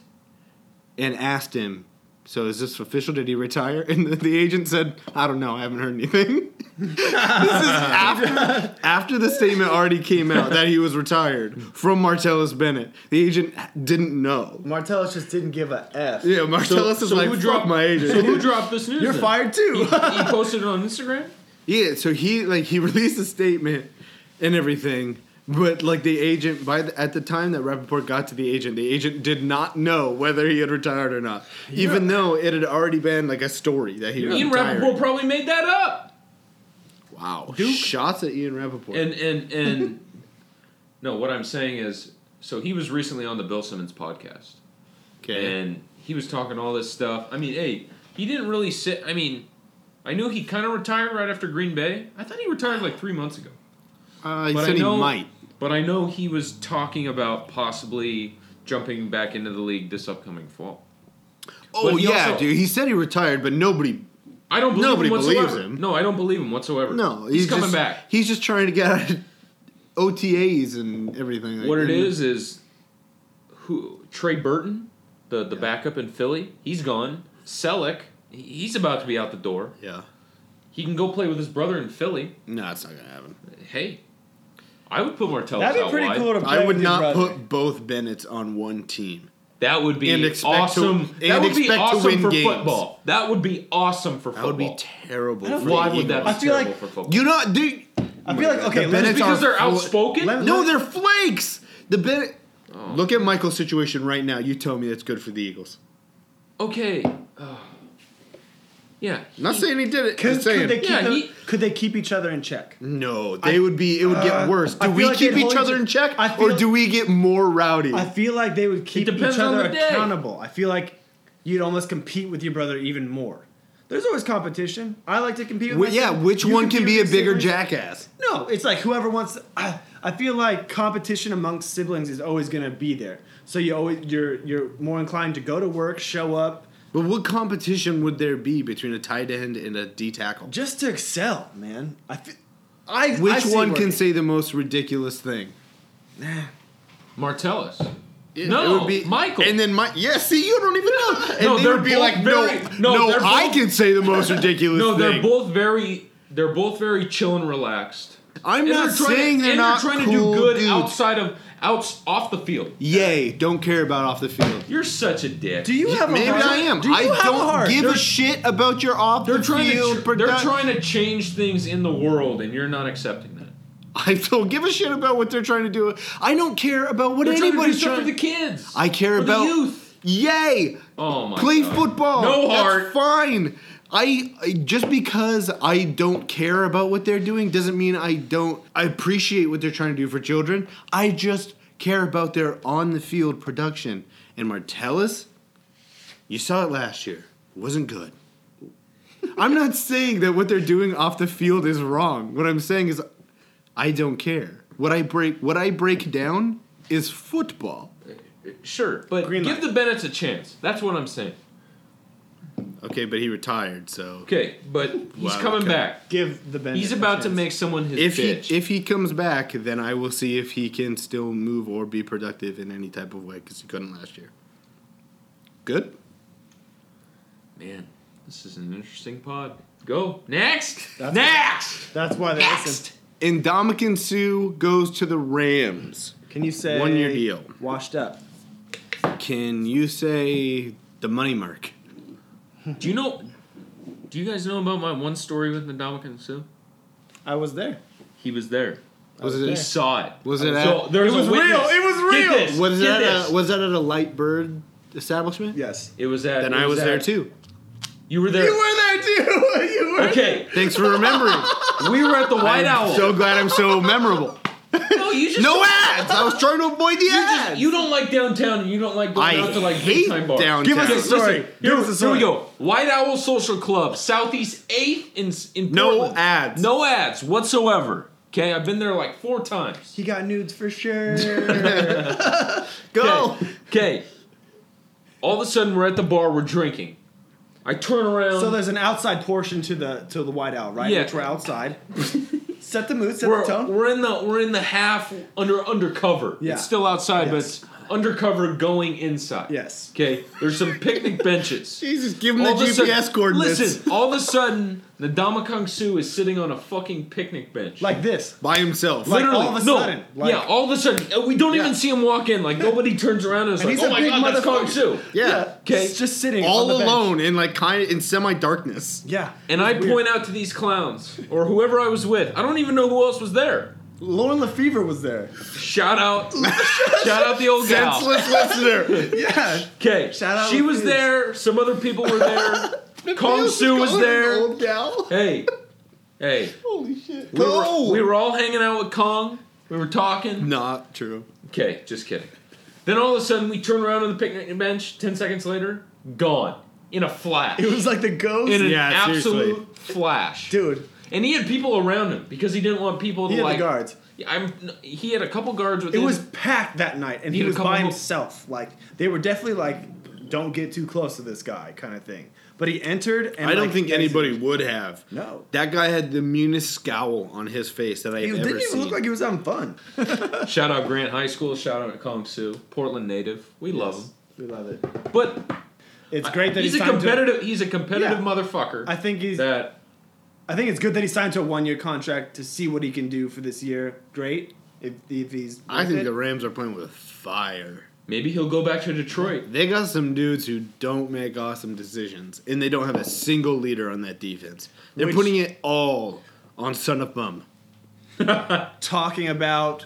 [SPEAKER 2] and asked him, So is this official? Did he retire? And the, the agent said, I don't know. I haven't heard anything. this is after, after the statement already came out that he was retired from Martellus Bennett. The agent didn't know.
[SPEAKER 1] Martellus just didn't give a f.
[SPEAKER 2] Yeah, Martellus is
[SPEAKER 4] so
[SPEAKER 2] like,
[SPEAKER 4] who
[SPEAKER 2] fuck
[SPEAKER 4] dropped-
[SPEAKER 2] my agent.
[SPEAKER 4] So who dropped this news?
[SPEAKER 1] You're
[SPEAKER 4] then?
[SPEAKER 1] fired
[SPEAKER 4] He,
[SPEAKER 1] too.
[SPEAKER 4] he posted it on Instagram.
[SPEAKER 2] Yeah, so he like he released a statement and everything, but like the agent by the, at the time that Rappaport got to the agent, the agent did not know whether he had retired or not, even though it had already been like a story that he
[SPEAKER 4] Ian
[SPEAKER 2] retired.
[SPEAKER 4] Rappaport probably made that up.
[SPEAKER 2] Wow, shots at Ian Rappaport.
[SPEAKER 4] And and and no, what I'm saying is, so he was recently on the Bill Simmons podcast,
[SPEAKER 2] okay,
[SPEAKER 4] and he was talking all this stuff. I mean, hey, he didn't really sit. I mean, I knew he kind of retired right after Green Bay. I thought he retired like three months ago.
[SPEAKER 2] uh, he
[SPEAKER 4] but
[SPEAKER 2] said
[SPEAKER 4] I know,
[SPEAKER 2] he might.
[SPEAKER 4] But I know he was talking about possibly jumping back into the league this upcoming fall.
[SPEAKER 2] Oh
[SPEAKER 4] he
[SPEAKER 2] yeah,
[SPEAKER 4] also-
[SPEAKER 2] dude, he said he retired, but nobody.
[SPEAKER 4] I don't believe
[SPEAKER 2] Nobody
[SPEAKER 4] him whatsoever.
[SPEAKER 2] believes him.
[SPEAKER 4] No, I don't believe him whatsoever.
[SPEAKER 2] No,
[SPEAKER 4] he's, coming
[SPEAKER 2] just,
[SPEAKER 4] back.
[SPEAKER 2] He's just trying to get out of OTAs and everything. like-
[SPEAKER 4] What it
[SPEAKER 2] and-
[SPEAKER 4] is is who Trey Burton, the the backup in Philly, he's gone. Selleck, he- he's about to be out the door.
[SPEAKER 2] Yeah,
[SPEAKER 4] He can go play with his brother in Philly.
[SPEAKER 2] no, it's not gonna happen.
[SPEAKER 4] Hey, I would put Martellus
[SPEAKER 1] That'd
[SPEAKER 4] out
[SPEAKER 1] be pretty
[SPEAKER 4] wide.
[SPEAKER 1] cool to play
[SPEAKER 2] I would
[SPEAKER 1] with your
[SPEAKER 2] not
[SPEAKER 1] brother.
[SPEAKER 2] put both Bennettts on one team.
[SPEAKER 4] That would be
[SPEAKER 2] And expect to-
[SPEAKER 4] awesome. that
[SPEAKER 2] and
[SPEAKER 4] would be
[SPEAKER 2] expect to
[SPEAKER 4] awesome
[SPEAKER 2] win
[SPEAKER 4] for
[SPEAKER 2] games.
[SPEAKER 4] football. That would be awesome for
[SPEAKER 2] That
[SPEAKER 4] football.
[SPEAKER 2] would be terrible.
[SPEAKER 1] I don't
[SPEAKER 2] for
[SPEAKER 1] think-
[SPEAKER 4] Why
[SPEAKER 2] the
[SPEAKER 4] would that be
[SPEAKER 2] Eagles.
[SPEAKER 1] I feel
[SPEAKER 4] terrible
[SPEAKER 1] like-
[SPEAKER 4] for football?
[SPEAKER 2] You know, dude.
[SPEAKER 1] I feel like okay.
[SPEAKER 2] The
[SPEAKER 1] Let's
[SPEAKER 2] Bennett's
[SPEAKER 4] because
[SPEAKER 2] are
[SPEAKER 4] they're
[SPEAKER 2] full-
[SPEAKER 4] outspoken.
[SPEAKER 1] Let-
[SPEAKER 2] No, they're flakes. The Bennett. Look at Michael's situation right now. You tell me that's good for the Eagles.
[SPEAKER 4] Okay. Oh. Yeah.
[SPEAKER 2] I'm not saying he did it.
[SPEAKER 1] Could,
[SPEAKER 2] I'm saying-
[SPEAKER 1] could, they keep
[SPEAKER 2] Yeah,
[SPEAKER 1] them-
[SPEAKER 2] he-
[SPEAKER 1] could they keep each other in check?
[SPEAKER 2] No, they would be. It would get worse. Do we keep each other in check, or do we get more rowdy?
[SPEAKER 1] I feel like they would keep each
[SPEAKER 2] depends on
[SPEAKER 1] other
[SPEAKER 2] the day.
[SPEAKER 1] accountable. I feel like you'd almost compete with your brother even more. There's always competition. I like to compete with.
[SPEAKER 2] Wh- yeah,
[SPEAKER 1] myself.
[SPEAKER 2] which
[SPEAKER 1] You
[SPEAKER 2] one can
[SPEAKER 1] compete
[SPEAKER 2] be a
[SPEAKER 1] with your
[SPEAKER 2] bigger
[SPEAKER 1] siblings.
[SPEAKER 2] jackass?
[SPEAKER 1] No, it's like whoever wants. I, I feel like competition amongst siblings is always going to be there. So you always you're you're more inclined to go to work, show up.
[SPEAKER 2] But what competition would there be between a tight end and a D tackle?
[SPEAKER 1] Just to excel, man. I, fe- I I
[SPEAKER 2] Which
[SPEAKER 1] see
[SPEAKER 2] one
[SPEAKER 1] where-
[SPEAKER 2] can say the most ridiculous thing?
[SPEAKER 4] Martellus.
[SPEAKER 2] It-
[SPEAKER 4] no,
[SPEAKER 2] it would be-
[SPEAKER 4] Michael.
[SPEAKER 2] And then Mike. Yeah, see, you don't even know. And
[SPEAKER 4] No,
[SPEAKER 2] they
[SPEAKER 4] they're
[SPEAKER 2] would be
[SPEAKER 4] both
[SPEAKER 2] like,
[SPEAKER 4] very-
[SPEAKER 2] no,
[SPEAKER 4] no,
[SPEAKER 2] no,
[SPEAKER 4] they're
[SPEAKER 2] I
[SPEAKER 4] both-
[SPEAKER 2] can say the most ridiculous
[SPEAKER 4] no,
[SPEAKER 2] thing.
[SPEAKER 4] they're both very. They're both very chill and relaxed.
[SPEAKER 2] I'm
[SPEAKER 4] And
[SPEAKER 2] not
[SPEAKER 4] trying to-
[SPEAKER 2] saying they're
[SPEAKER 4] and
[SPEAKER 2] not
[SPEAKER 4] trying
[SPEAKER 2] cool
[SPEAKER 4] to do good
[SPEAKER 2] dudes.
[SPEAKER 4] outside of outs off the field.
[SPEAKER 2] Yay, don't care about off the field.
[SPEAKER 4] You're such a dick.
[SPEAKER 2] Do you have a Maybe heart? I am. Do you I have a don't heart? give a They're- shit about your off
[SPEAKER 4] they're
[SPEAKER 2] the
[SPEAKER 4] trying
[SPEAKER 2] field
[SPEAKER 4] To, tr- they're
[SPEAKER 2] product-
[SPEAKER 4] trying to change things in the world, and you're not accepting that.
[SPEAKER 2] I don't give a shit about what they're trying to do. I don't care about what
[SPEAKER 4] They're trying to do
[SPEAKER 2] anybody's
[SPEAKER 4] stuff
[SPEAKER 2] trying
[SPEAKER 4] for the kids.
[SPEAKER 2] I care
[SPEAKER 4] for the
[SPEAKER 2] about
[SPEAKER 4] youth.
[SPEAKER 2] Yay!
[SPEAKER 4] Oh my
[SPEAKER 2] Play
[SPEAKER 4] God.
[SPEAKER 2] football.
[SPEAKER 4] No
[SPEAKER 2] That's
[SPEAKER 4] heart.
[SPEAKER 2] fine. I, I just because I don't care about what they're doing doesn't mean I don't I appreciate what they're trying to do for children. I just care about their on the field production. And Martellus, you saw it last year. Wasn't good. I'm not saying that what they're doing off the field is wrong. What I'm saying is I don't care. What I break what I break down is football.
[SPEAKER 4] Sure, but give the Bennett's a chance. That's what I'm saying.
[SPEAKER 2] Okay, but he retired, so
[SPEAKER 4] Okay, but he's
[SPEAKER 2] Wow,
[SPEAKER 4] coming
[SPEAKER 2] okay.
[SPEAKER 4] back.
[SPEAKER 1] Give the Bennett
[SPEAKER 4] He's
[SPEAKER 1] a
[SPEAKER 4] about to
[SPEAKER 1] chance.
[SPEAKER 4] make someone his
[SPEAKER 2] if
[SPEAKER 4] bitch.
[SPEAKER 2] he if he comes back, then I will see if he can still move or be productive in any type of way because he couldn't last year. Good.
[SPEAKER 4] Man, this is an interesting pod. Go next. next.
[SPEAKER 1] That's why they listen.
[SPEAKER 2] Indomitian Sue goes to the Rams.
[SPEAKER 1] Can you say
[SPEAKER 2] one year deal?
[SPEAKER 1] Washed up.
[SPEAKER 2] Can you say the money mark?
[SPEAKER 4] Do you know? Do you guys know about my one story with Ndamukong Suh?
[SPEAKER 1] I was there.
[SPEAKER 4] He was there.
[SPEAKER 2] Was it-
[SPEAKER 4] He saw it.
[SPEAKER 2] Was it?
[SPEAKER 4] So
[SPEAKER 2] at,
[SPEAKER 4] there's
[SPEAKER 2] it was
[SPEAKER 4] a witness.
[SPEAKER 2] real. It was
[SPEAKER 4] Get
[SPEAKER 2] real.
[SPEAKER 4] this,
[SPEAKER 2] Was
[SPEAKER 4] get
[SPEAKER 2] that
[SPEAKER 4] this.
[SPEAKER 2] a, was that at a light bird establishment?
[SPEAKER 1] Yes.
[SPEAKER 4] It was at.
[SPEAKER 2] Then
[SPEAKER 4] it
[SPEAKER 2] I was
[SPEAKER 4] at-
[SPEAKER 2] there too.
[SPEAKER 4] You were there.
[SPEAKER 2] there too. You were.
[SPEAKER 4] Okay.
[SPEAKER 2] Thanks for remembering.
[SPEAKER 4] we were at the White
[SPEAKER 2] I'm
[SPEAKER 4] Owl.
[SPEAKER 2] So glad I'm so memorable.
[SPEAKER 4] no, you just
[SPEAKER 2] No
[SPEAKER 4] don't-
[SPEAKER 2] ads. I was trying to avoid the
[SPEAKER 4] You just-
[SPEAKER 2] ads.
[SPEAKER 4] you don't like downtown, and you don't like going
[SPEAKER 2] I
[SPEAKER 4] out to like
[SPEAKER 2] hate
[SPEAKER 4] big time bars.
[SPEAKER 2] downtown. Give us a
[SPEAKER 4] Okay,
[SPEAKER 2] story.
[SPEAKER 4] listen,
[SPEAKER 2] Give
[SPEAKER 4] here,
[SPEAKER 2] us a
[SPEAKER 4] Here
[SPEAKER 2] story.
[SPEAKER 4] we go. White Owl Social Club, Southeast Eighth in in
[SPEAKER 2] No
[SPEAKER 4] Portland.
[SPEAKER 2] ads.
[SPEAKER 4] No ads whatsoever. Okay, I've been there like four times.
[SPEAKER 1] He got nudes for sure.
[SPEAKER 2] Go.
[SPEAKER 4] Okay. All of a sudden, we're at the bar. We're drinking. I turn around.
[SPEAKER 1] so there's an outside portion to the to the white owl, right?
[SPEAKER 4] Yeah.
[SPEAKER 1] Which we're outside. set the mood, set
[SPEAKER 4] we're,
[SPEAKER 1] the tone.
[SPEAKER 4] we're in the we're in the half under undercover.
[SPEAKER 1] Yeah.
[SPEAKER 4] It's still outside, but it's undercover going inside.
[SPEAKER 1] Yes.
[SPEAKER 4] Okay. There's some picnic benches.
[SPEAKER 2] Jesus, give him
[SPEAKER 4] All
[SPEAKER 2] the
[SPEAKER 4] of a sudden-
[SPEAKER 2] GPS coordinates.
[SPEAKER 4] Listen, all of a sudden, Nadama Kung Su is sitting on a fucking picnic bench.
[SPEAKER 1] Like this.
[SPEAKER 2] By himself.
[SPEAKER 1] Like
[SPEAKER 4] Literally,
[SPEAKER 1] all of a
[SPEAKER 4] no.
[SPEAKER 1] sudden, like-
[SPEAKER 4] yeah, all of a sudden, uh, we don't even see him walk in. Like nobody turns around and is
[SPEAKER 1] And
[SPEAKER 4] like,
[SPEAKER 1] he's
[SPEAKER 4] "Oh
[SPEAKER 1] a
[SPEAKER 4] my
[SPEAKER 1] big
[SPEAKER 4] god, that's Kung
[SPEAKER 1] motherfucker."
[SPEAKER 4] Su."
[SPEAKER 2] Yeah.
[SPEAKER 4] Okay,
[SPEAKER 1] He's just sitting on
[SPEAKER 2] All
[SPEAKER 1] the bench.
[SPEAKER 2] alone in like kind of in semi darkness.
[SPEAKER 1] Yeah.
[SPEAKER 4] And I point out to these clowns or whoever I was with. I don't even know who else was there.
[SPEAKER 1] Lauren Lefevre was there.
[SPEAKER 4] Shout out, shout out the old gal.
[SPEAKER 2] Senseless listener.
[SPEAKER 1] Yeah.
[SPEAKER 4] Okay.
[SPEAKER 1] Shout out
[SPEAKER 4] She
[SPEAKER 1] to
[SPEAKER 4] was
[SPEAKER 1] Fizz.
[SPEAKER 4] there. Some other people were there. Kong Su was there.
[SPEAKER 2] Old gal.
[SPEAKER 4] Hey, hey.
[SPEAKER 2] Holy shit.
[SPEAKER 4] We were, we were all hanging out with Kong. We were talking.
[SPEAKER 2] Not true.
[SPEAKER 4] Okay, just kidding. Then all of a sudden, we turn around on the picnic bench. Ten seconds later, gone in a flash.
[SPEAKER 1] It was like the ghost.
[SPEAKER 4] in an
[SPEAKER 2] Yeah,
[SPEAKER 4] absolute
[SPEAKER 2] seriously.
[SPEAKER 4] flash,
[SPEAKER 1] Dude.
[SPEAKER 4] And he had people around him because he didn't want people to
[SPEAKER 1] He had
[SPEAKER 4] like.
[SPEAKER 1] the guards.
[SPEAKER 4] I'm. He had a couple guards with
[SPEAKER 1] It
[SPEAKER 4] him.
[SPEAKER 1] was packed that night and
[SPEAKER 4] He
[SPEAKER 1] he
[SPEAKER 4] had a
[SPEAKER 1] was
[SPEAKER 4] couple
[SPEAKER 1] by
[SPEAKER 4] of-
[SPEAKER 1] himself. Like they were definitely like, don't get too close to this guy kind of thing. But he entered and
[SPEAKER 2] I don't
[SPEAKER 1] like,
[SPEAKER 2] think
[SPEAKER 1] exited.
[SPEAKER 2] anybody would have.
[SPEAKER 1] No.
[SPEAKER 2] That guy had the meanest scowl on his face that I
[SPEAKER 1] He
[SPEAKER 2] have
[SPEAKER 1] didn't
[SPEAKER 2] ever
[SPEAKER 1] even
[SPEAKER 2] seen.
[SPEAKER 1] look like he was having fun.
[SPEAKER 4] Shout out Grant High School. Shout out Kong Su, Portland native. We love him.
[SPEAKER 1] We love it.
[SPEAKER 4] But
[SPEAKER 1] It's great that
[SPEAKER 4] he's,
[SPEAKER 1] he's,
[SPEAKER 4] a
[SPEAKER 1] signed
[SPEAKER 4] competitive. he's a competitive
[SPEAKER 1] Yeah.
[SPEAKER 4] motherfucker.
[SPEAKER 1] To, I think he's.
[SPEAKER 4] that
[SPEAKER 1] I think it's good that he signed to a one-year contract to see what he can do for this year. Great. If, if he's.
[SPEAKER 2] I
[SPEAKER 1] worth
[SPEAKER 2] think
[SPEAKER 1] it.
[SPEAKER 2] the Rams are playing with fire.
[SPEAKER 4] maybe he'll go back to Detroit.
[SPEAKER 2] They got some dudes who don't make awesome decisions, and they don't have a single leader on that defense. They're
[SPEAKER 1] Which-
[SPEAKER 2] putting it all on Son of Bum.
[SPEAKER 1] talking about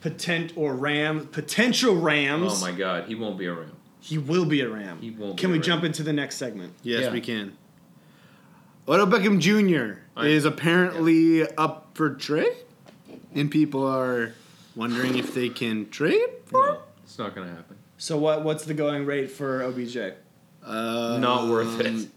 [SPEAKER 1] potent or Ram potential Rams.
[SPEAKER 4] Oh my God, he won't be around.
[SPEAKER 1] He will be a Ram.
[SPEAKER 4] He won't.
[SPEAKER 1] Can
[SPEAKER 4] be
[SPEAKER 1] we
[SPEAKER 4] around.
[SPEAKER 1] jump into the next segment?
[SPEAKER 2] Yes, we can. Odell Beckham Jr. is apparently up for trade, and people are wondering if they can trade for him.
[SPEAKER 4] It's not gonna happen.
[SPEAKER 1] So what? What's the going rate for OBJ?
[SPEAKER 2] Uh,
[SPEAKER 1] Um,
[SPEAKER 4] Not worth it.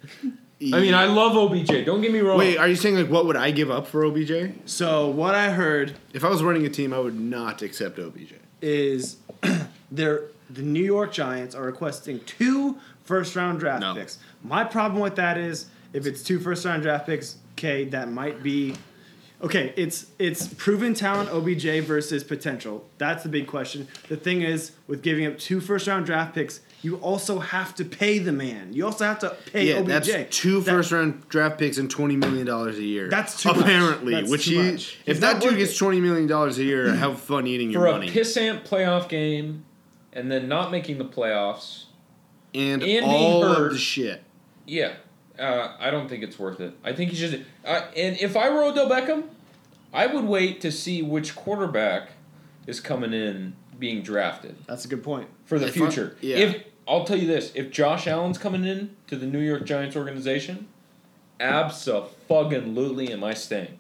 [SPEAKER 4] I mean, I love OBJ. Don't get me wrong.
[SPEAKER 2] E. Wait, are you saying like what would I give up for OBJ?
[SPEAKER 1] So what I heard,
[SPEAKER 2] if I was running a team, I would not accept OBJ.
[SPEAKER 1] Is they're the New York Giants are requesting two first round draft picks. My problem with that is if it's two first round draft picks, okay, that might be okay. It's it's proven talent OBJ versus potential. That's the big question. The thing is, with giving up two first round draft picks, you also have to pay the man. You also have to pay
[SPEAKER 2] yeah,
[SPEAKER 1] OBJ.
[SPEAKER 2] that's two first round draft picks and twenty million dollars a year.
[SPEAKER 1] That's too much.
[SPEAKER 2] apparently,
[SPEAKER 1] That's
[SPEAKER 2] which
[SPEAKER 1] too
[SPEAKER 2] he,
[SPEAKER 1] much.
[SPEAKER 2] if
[SPEAKER 1] It's
[SPEAKER 2] that
[SPEAKER 1] not
[SPEAKER 2] dude
[SPEAKER 1] worth
[SPEAKER 2] gets twenty million dollars a year, have fun eating
[SPEAKER 4] for
[SPEAKER 2] your
[SPEAKER 4] a
[SPEAKER 2] money.
[SPEAKER 4] pissant playoff game, and then not making the playoffs.
[SPEAKER 2] and
[SPEAKER 4] being
[SPEAKER 2] all
[SPEAKER 4] hurt.
[SPEAKER 2] of the shit.
[SPEAKER 4] Yeah, uh, I don't think it's worth it. I think he should. Uh, and if I were Odell Beckham, I would wait to see which quarterback is coming in being drafted
[SPEAKER 1] That's a good point.
[SPEAKER 4] for the
[SPEAKER 1] If I-
[SPEAKER 4] future.
[SPEAKER 1] yeah.
[SPEAKER 4] If I'll tell you this, if Josh Allen's coming in to the New York Giants organization, absolutely am I staying?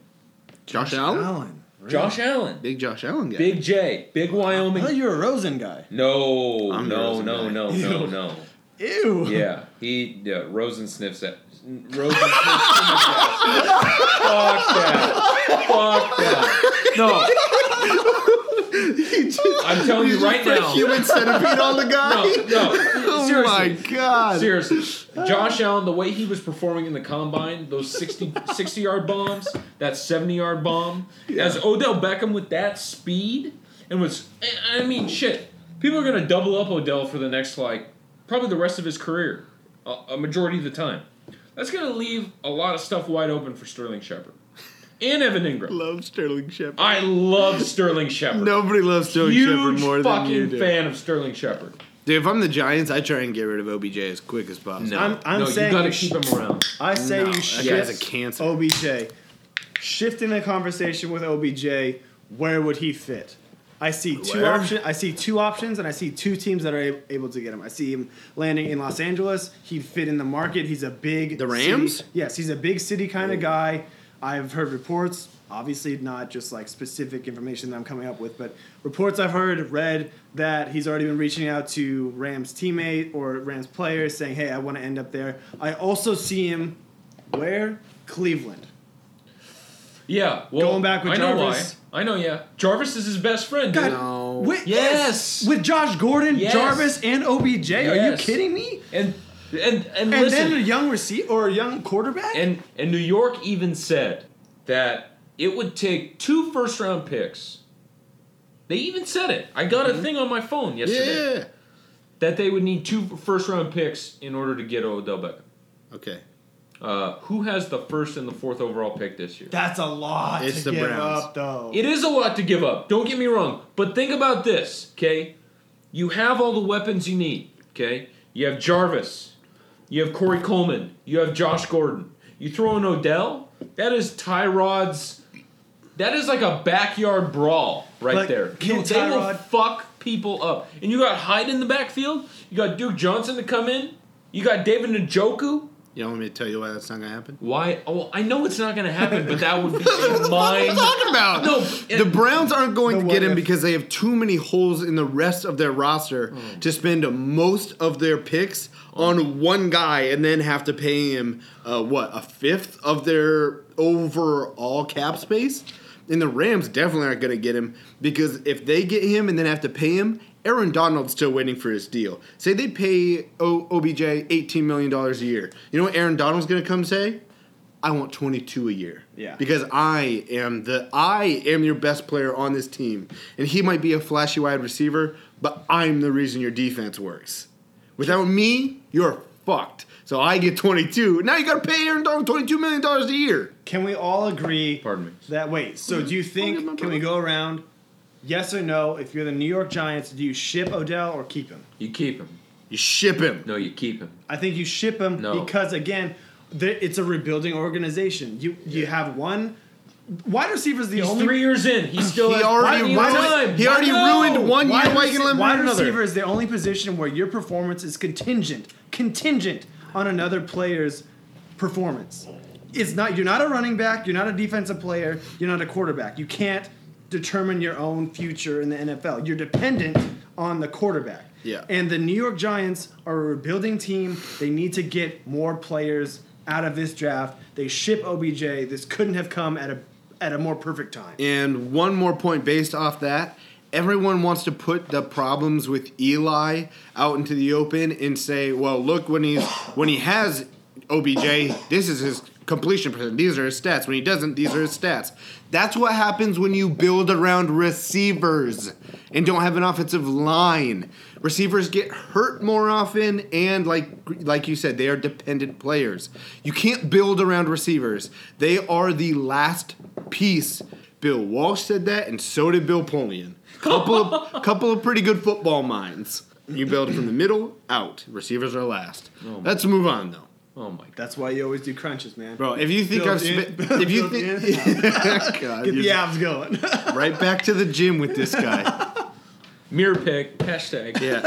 [SPEAKER 2] Josh, Allen.
[SPEAKER 1] really?
[SPEAKER 4] Josh Allen.
[SPEAKER 2] Big Josh Allen guy.
[SPEAKER 4] Big J, big Wyoming.
[SPEAKER 1] I thought you were a Rosen guy.
[SPEAKER 4] No,
[SPEAKER 2] I'm the
[SPEAKER 4] no,
[SPEAKER 2] Rosen
[SPEAKER 4] no,
[SPEAKER 2] guy.
[SPEAKER 4] no, no, no.
[SPEAKER 1] Ew.
[SPEAKER 4] Yeah, he yeah, Rosen sniffs that. Rosen sniffs too much ass. Fuck that. Fuck that. No. I'm telling you
[SPEAKER 2] just
[SPEAKER 4] right
[SPEAKER 2] put a
[SPEAKER 4] now.
[SPEAKER 2] human centipede on the guy?
[SPEAKER 4] No, no.
[SPEAKER 2] Oh
[SPEAKER 4] Seriously.
[SPEAKER 2] my God.
[SPEAKER 4] Seriously. Josh Allen, the way he was performing in the combine, those 60, 60 yard bombs, that 70 yard bomb, as Odell Beckham with that speed, and was, I- I mean, shit. People are going to double up Odell for the next, like, probably the rest of his career, a, a majority of the time. That's going to leave a lot of stuff wide open for Sterling Shepard and Evan Ingram.
[SPEAKER 2] Love Sterling Shepard.
[SPEAKER 4] I love Sterling Shepard.
[SPEAKER 2] Nobody loves Sterling
[SPEAKER 4] Huge
[SPEAKER 2] Shepard more than you
[SPEAKER 4] fucking
[SPEAKER 2] do.
[SPEAKER 4] fan of Sterling Shepard.
[SPEAKER 2] Dude, if I'm the Giants, I try and get rid of OBJ as quick as possible.
[SPEAKER 4] No.
[SPEAKER 1] I'm, I'm
[SPEAKER 4] No, you
[SPEAKER 1] saying
[SPEAKER 4] gotta
[SPEAKER 1] sh-
[SPEAKER 4] keep him around.
[SPEAKER 1] I say
[SPEAKER 2] No,
[SPEAKER 1] you
[SPEAKER 2] that
[SPEAKER 1] shift
[SPEAKER 2] guy's a cancer.
[SPEAKER 1] OBJ. Shifting the conversation with OBJ, where would he fit? I see two
[SPEAKER 2] Where?
[SPEAKER 1] options. I see two options, and I see two teams that are a- able to get him. I see him landing in Los Angeles. He'd fit in the market. He's a big the
[SPEAKER 2] Rams?
[SPEAKER 1] Yes, he's a big city kind of guy. I've heard reports, obviously not just like specific information that I'm coming up with, but reports I've heard, read that he's already been reaching out to Rams teammate or Rams players saying, "Hey, I want to end up there." I also see him where Cleveland.
[SPEAKER 4] Yeah, well,
[SPEAKER 1] Going back with
[SPEAKER 4] I know
[SPEAKER 1] Jarvis.
[SPEAKER 4] why. I know, yeah. Jarvis is his best friend. Dude.
[SPEAKER 1] God, with,
[SPEAKER 4] Yes.
[SPEAKER 1] with Josh Gordon,
[SPEAKER 4] Yes.
[SPEAKER 1] Jarvis, and OBJ. Are you
[SPEAKER 4] Yes.
[SPEAKER 1] kidding me?
[SPEAKER 4] And and and,
[SPEAKER 1] And
[SPEAKER 4] listen,
[SPEAKER 1] then a young receiver or a young quarterback.
[SPEAKER 4] and and New York even said that it would take two first round picks. They even said it. I got
[SPEAKER 1] Mm-hmm.
[SPEAKER 4] a thing on my phone yesterday
[SPEAKER 2] Yeah.
[SPEAKER 4] that they would need two first round picks in order to get Odell Beckham.
[SPEAKER 2] Okay.
[SPEAKER 4] Uh, who has the first and the fourth overall pick this year?
[SPEAKER 1] That's a lot
[SPEAKER 2] It's
[SPEAKER 1] to
[SPEAKER 2] the
[SPEAKER 1] give
[SPEAKER 2] Browns.
[SPEAKER 1] up, though.
[SPEAKER 4] It is a lot to give up. Don't get me wrong, but think about this, okay? You have all the weapons you need, okay? You have Jarvis, you have Corey Coleman, you have Josh Gordon. You throw in Odell, that is Tyrod's. That is like a backyard brawl right
[SPEAKER 1] Like,
[SPEAKER 4] there.
[SPEAKER 1] kill
[SPEAKER 4] You- they will
[SPEAKER 1] Tyrod.
[SPEAKER 4] fuck people up. And you got Hyde in the backfield. You got Duke Johnson to come in. You got David Njoku.
[SPEAKER 2] You don't want me to tell you why that's not gonna happen?
[SPEAKER 4] Why? Oh, I know it's not going to happen, but that would be a mind.
[SPEAKER 2] Talking about
[SPEAKER 4] No,
[SPEAKER 2] the Browns aren't going to
[SPEAKER 1] what
[SPEAKER 2] get him
[SPEAKER 1] if.
[SPEAKER 2] because they have too many holes in the rest of their roster to spend most of their picks on one guy and then have to pay him uh, what a fifth of their overall cap space. And the Rams definitely aren't going to get him because if they get him and then have to pay him, Aaron Donald's still waiting for his deal. Say they pay o- OBJ eighteen million dollars a year. You know what Aaron Donald's going to come say? I want 22 a year.
[SPEAKER 1] Yeah.
[SPEAKER 2] Because I am the I am your best player on this team. And he might be a flashy wide receiver, but I'm the reason your defense works. Without me, you're fucked. So I get 22. Now you got to pay Aaron Donald 22 million dollars a year.
[SPEAKER 1] Can we all agree
[SPEAKER 4] Pardon me.
[SPEAKER 1] that wait? So do you think can we go around? Yes or no? If you're the New York Giants, do you ship Odell or keep him?
[SPEAKER 4] You keep him.
[SPEAKER 2] You ship him.
[SPEAKER 4] No, you keep him.
[SPEAKER 1] I think you ship him
[SPEAKER 4] No.
[SPEAKER 1] because again, the, it's a rebuilding organization. You you have one Wide receiver's the
[SPEAKER 4] He's
[SPEAKER 1] only
[SPEAKER 4] three years in. He still
[SPEAKER 1] He
[SPEAKER 4] has plenty
[SPEAKER 1] already
[SPEAKER 4] of
[SPEAKER 1] ruined-
[SPEAKER 4] time.
[SPEAKER 1] he already
[SPEAKER 4] I know.
[SPEAKER 1] ruined one
[SPEAKER 2] Wide
[SPEAKER 1] year.
[SPEAKER 2] Why you gonna let him
[SPEAKER 1] wide
[SPEAKER 2] ruin another?
[SPEAKER 1] receiver is the only position where your performance is contingent contingent on another player's performance. It's not you're not a running back, you're not a defensive player, you're not a quarterback. You can't determine your own future in the NFL. You're dependent on the quarterback.
[SPEAKER 2] Yeah.
[SPEAKER 1] And the New York Giants are a rebuilding team. They need to get more players out of this draft. They ship OBJ. This couldn't have come at a at a more perfect time.
[SPEAKER 2] And one more point based off that. Everyone wants to put the problems with Eli out into the open and say, "Well, look when he's when he has OBJ, this is his completion percent. These are his stats. When he doesn't, these are his stats." That's what happens when you build around receivers and don't have an offensive line. Receivers get hurt more often and like like you said, they are dependent players. You can't build around receivers. They are the last piece Bill Walsh said that, and so did Bill Polian. Couple of, couple of pretty good football minds. You build from the middle out. Receivers are last. Let's move on though.
[SPEAKER 4] Oh my god.
[SPEAKER 1] That's why you always do crunches, man.
[SPEAKER 2] Bro, if you think
[SPEAKER 1] Build
[SPEAKER 2] I've
[SPEAKER 1] in,
[SPEAKER 2] spent, if you
[SPEAKER 1] build in.
[SPEAKER 2] think, God,
[SPEAKER 1] get the
[SPEAKER 2] you're
[SPEAKER 1] abs going.
[SPEAKER 2] right back to the gym with this guy.
[SPEAKER 4] Mirror pick. Hashtag.
[SPEAKER 2] Yeah,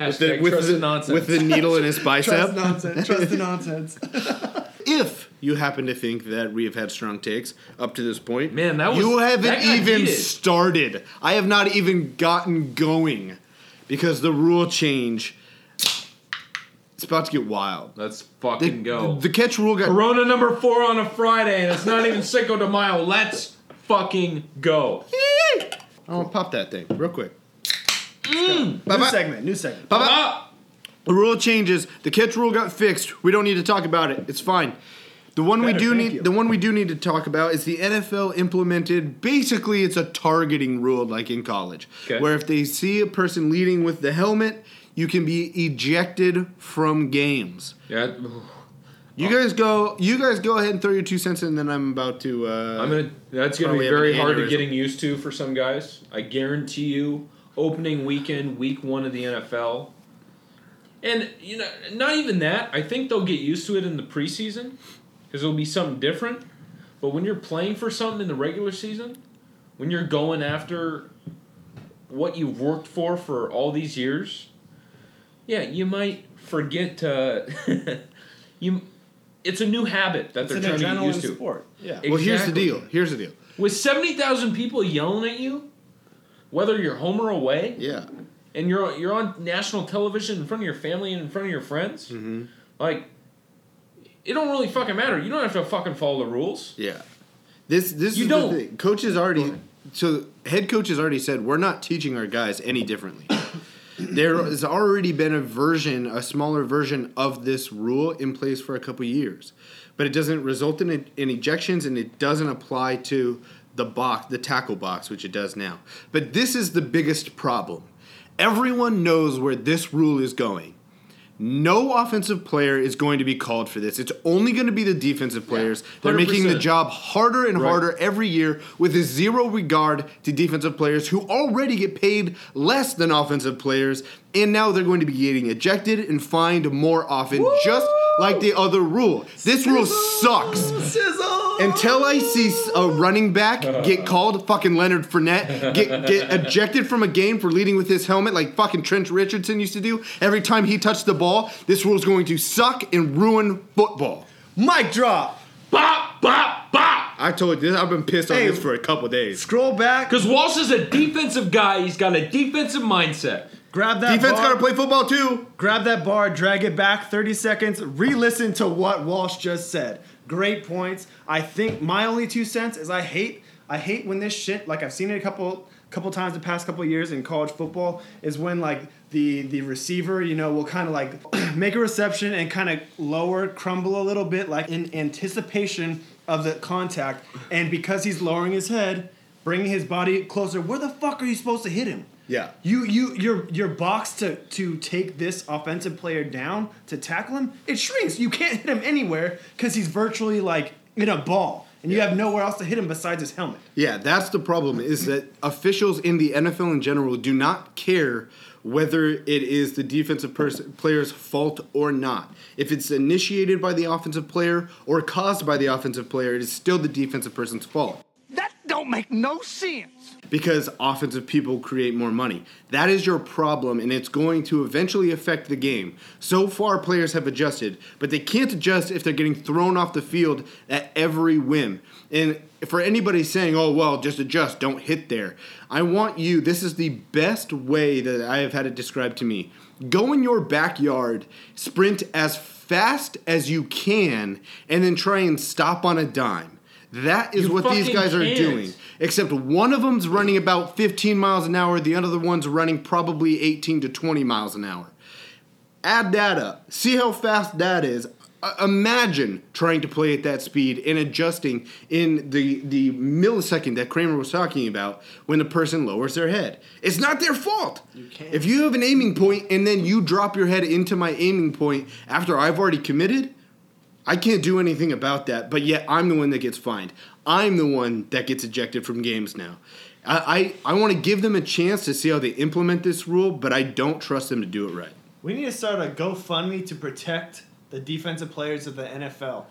[SPEAKER 4] Hashtag
[SPEAKER 2] the- with
[SPEAKER 4] trust
[SPEAKER 2] the-
[SPEAKER 4] the nonsense.
[SPEAKER 2] with the needle in his bicep.
[SPEAKER 1] Trust nonsense. Trust the nonsense.
[SPEAKER 2] if you happen to think that we have had strong takes up to this point,
[SPEAKER 4] Man, that was-
[SPEAKER 2] you
[SPEAKER 4] that
[SPEAKER 2] haven't
[SPEAKER 4] got
[SPEAKER 2] even
[SPEAKER 4] heated.
[SPEAKER 2] started. I have not even gotten going because the rule change. It's about to get wild.
[SPEAKER 4] Let's
[SPEAKER 2] The,
[SPEAKER 4] fucking go.
[SPEAKER 2] the catch rule got
[SPEAKER 4] Corona number four on a Friday, and it's not even Cinco de Mayo. Let's fucking go.
[SPEAKER 2] I want to pop that thing real quick.
[SPEAKER 4] Mm,
[SPEAKER 1] New
[SPEAKER 2] Bye-bye.
[SPEAKER 1] segment. New segment.
[SPEAKER 2] Bye bye. The rule changes. The catch rule got fixed. We don't need to talk about it. It's fine. The one we
[SPEAKER 1] Better,
[SPEAKER 2] do
[SPEAKER 1] thank
[SPEAKER 2] need
[SPEAKER 1] you.
[SPEAKER 2] the one we do need to talk about is the NFL implemented basically it's a targeting rule like in college.
[SPEAKER 4] Okay.
[SPEAKER 2] Where if they see a person leading with the helmet, you can be ejected from games.
[SPEAKER 4] Yeah,
[SPEAKER 2] You guys go you guys go ahead and throw your two cents in and then I'm about to uh
[SPEAKER 4] I'm gonna. That's gonna
[SPEAKER 2] Probably
[SPEAKER 4] be
[SPEAKER 2] have
[SPEAKER 4] very
[SPEAKER 2] an
[SPEAKER 4] hard to
[SPEAKER 2] aneurysm.
[SPEAKER 4] getting used to for some guys. I guarantee you, opening weekend, week one of the NFL, and you know, not even that. I think they'll get used to it in the preseason because it'll be something different. But when you're playing for something in the regular season, when you're going after what you've worked for for all these years, yeah, you might forget to. you, it's a new habit that
[SPEAKER 1] It's
[SPEAKER 4] they're
[SPEAKER 1] an
[SPEAKER 4] trying to get
[SPEAKER 1] adrenaline
[SPEAKER 4] used to.
[SPEAKER 1] sport. Yeah.
[SPEAKER 2] Well here's the
[SPEAKER 4] Exactly.
[SPEAKER 2] deal. Here's the deal.
[SPEAKER 4] With 70,000 people yelling at you, whether you're home or away,
[SPEAKER 2] Yeah.
[SPEAKER 4] and you're you're on national television in front of your family and in front of your friends,
[SPEAKER 2] Mm-hmm.
[SPEAKER 4] like it don't really fucking matter. You don't have to fucking follow the rules.
[SPEAKER 2] Yeah. This this
[SPEAKER 4] You
[SPEAKER 2] is
[SPEAKER 4] don't.
[SPEAKER 2] the thing. Coaches already so head coach has already said we're not teaching our guys any differently. there has already been a version, a smaller version of this rule in place for a couple years, but it doesn't result in, in ejections and it doesn't apply to the box, the tackle box, which it does now. But this is the biggest problem. Everyone knows where this rule is going. No offensive player is going to be called for this. It's only going to be the defensive players. They're making the
[SPEAKER 4] 100%.
[SPEAKER 2] job harder and harder every year with a zero regard to defensive players who already get paid less than offensive players, and now they're going to be getting ejected and fined more often, just like the other rule. This rule sucks. Until I see oh. a running back get called, fucking Leonard Fournette, get, get ejected from a game for leading with his helmet, like fucking Trent Richardson used to do, every time he touched the ball, this rule's going to suck and ruin football.
[SPEAKER 1] Mic drop.
[SPEAKER 4] Bop, bop, bop!
[SPEAKER 2] I told you this, I've been pissed on
[SPEAKER 1] Hey.
[SPEAKER 2] this for a couple days.
[SPEAKER 1] Scroll back.
[SPEAKER 4] Because Walsh is a defensive guy. He's got a defensive mindset.
[SPEAKER 1] Grab that.
[SPEAKER 2] Defense
[SPEAKER 1] bar,
[SPEAKER 2] gotta play football too.
[SPEAKER 1] Grab that bar. Drag it back 30 seconds. Re-listen to what Walsh just said. Great points. I think my only two cents is I hate. I hate when this shit. Like I've seen it a couple couple times the past couple years in college football is when like the the receiver you know will kind of like make a reception and kind of lower crumble a little bit like in anticipation of the contact and because he's lowering his head bringing his body closer where the fuck are you supposed to hit him
[SPEAKER 2] Yeah.
[SPEAKER 1] you you your your box to to take this offensive player down to tackle him, it shrinks. You can't hit him anywhere because he's virtually like in a ball, and you have nowhere else to hit him besides his helmet.
[SPEAKER 2] Yeah, that's the problem is that officials in the NFL in general do not care whether it is the defensive pers- player's fault or not. If it's initiated by the offensive player or caused by the offensive player, it is still the defensive person's fault.
[SPEAKER 9] don't make no sense.
[SPEAKER 2] because offensive people create more money. That is your problem, and it's going to eventually affect the game. So far, players have adjusted, but they can't adjust if they're getting thrown off the field at every whim. And for anybody saying, oh, well, just adjust, don't hit there, I want you, this is the best way that I have had it described to me. Go in your backyard, sprint as fast as you can, and then try and stop on a dime. That is
[SPEAKER 4] You
[SPEAKER 2] what these
[SPEAKER 4] fucking
[SPEAKER 2] guys are
[SPEAKER 4] can't.
[SPEAKER 2] doing. Except one of them's running about 15 miles an hour, the other one's running probably 18 to 20 miles an hour. Add that up. See how fast that is. I- imagine trying to play at that speed and adjusting in the the millisecond that Kramer was talking about when the person lowers their head. It's not their fault. You can't. If you have an aiming point and then you drop your head into my aiming point after I've already committed, I can't do anything about that, but yet I'm the one that gets fined. I'm the one that gets ejected from games now. I, I, I want to give them a chance to see how they implement this rule, but I don't trust them to do it right.
[SPEAKER 1] We need to start a GoFundMe to protect the defensive players of the NFL.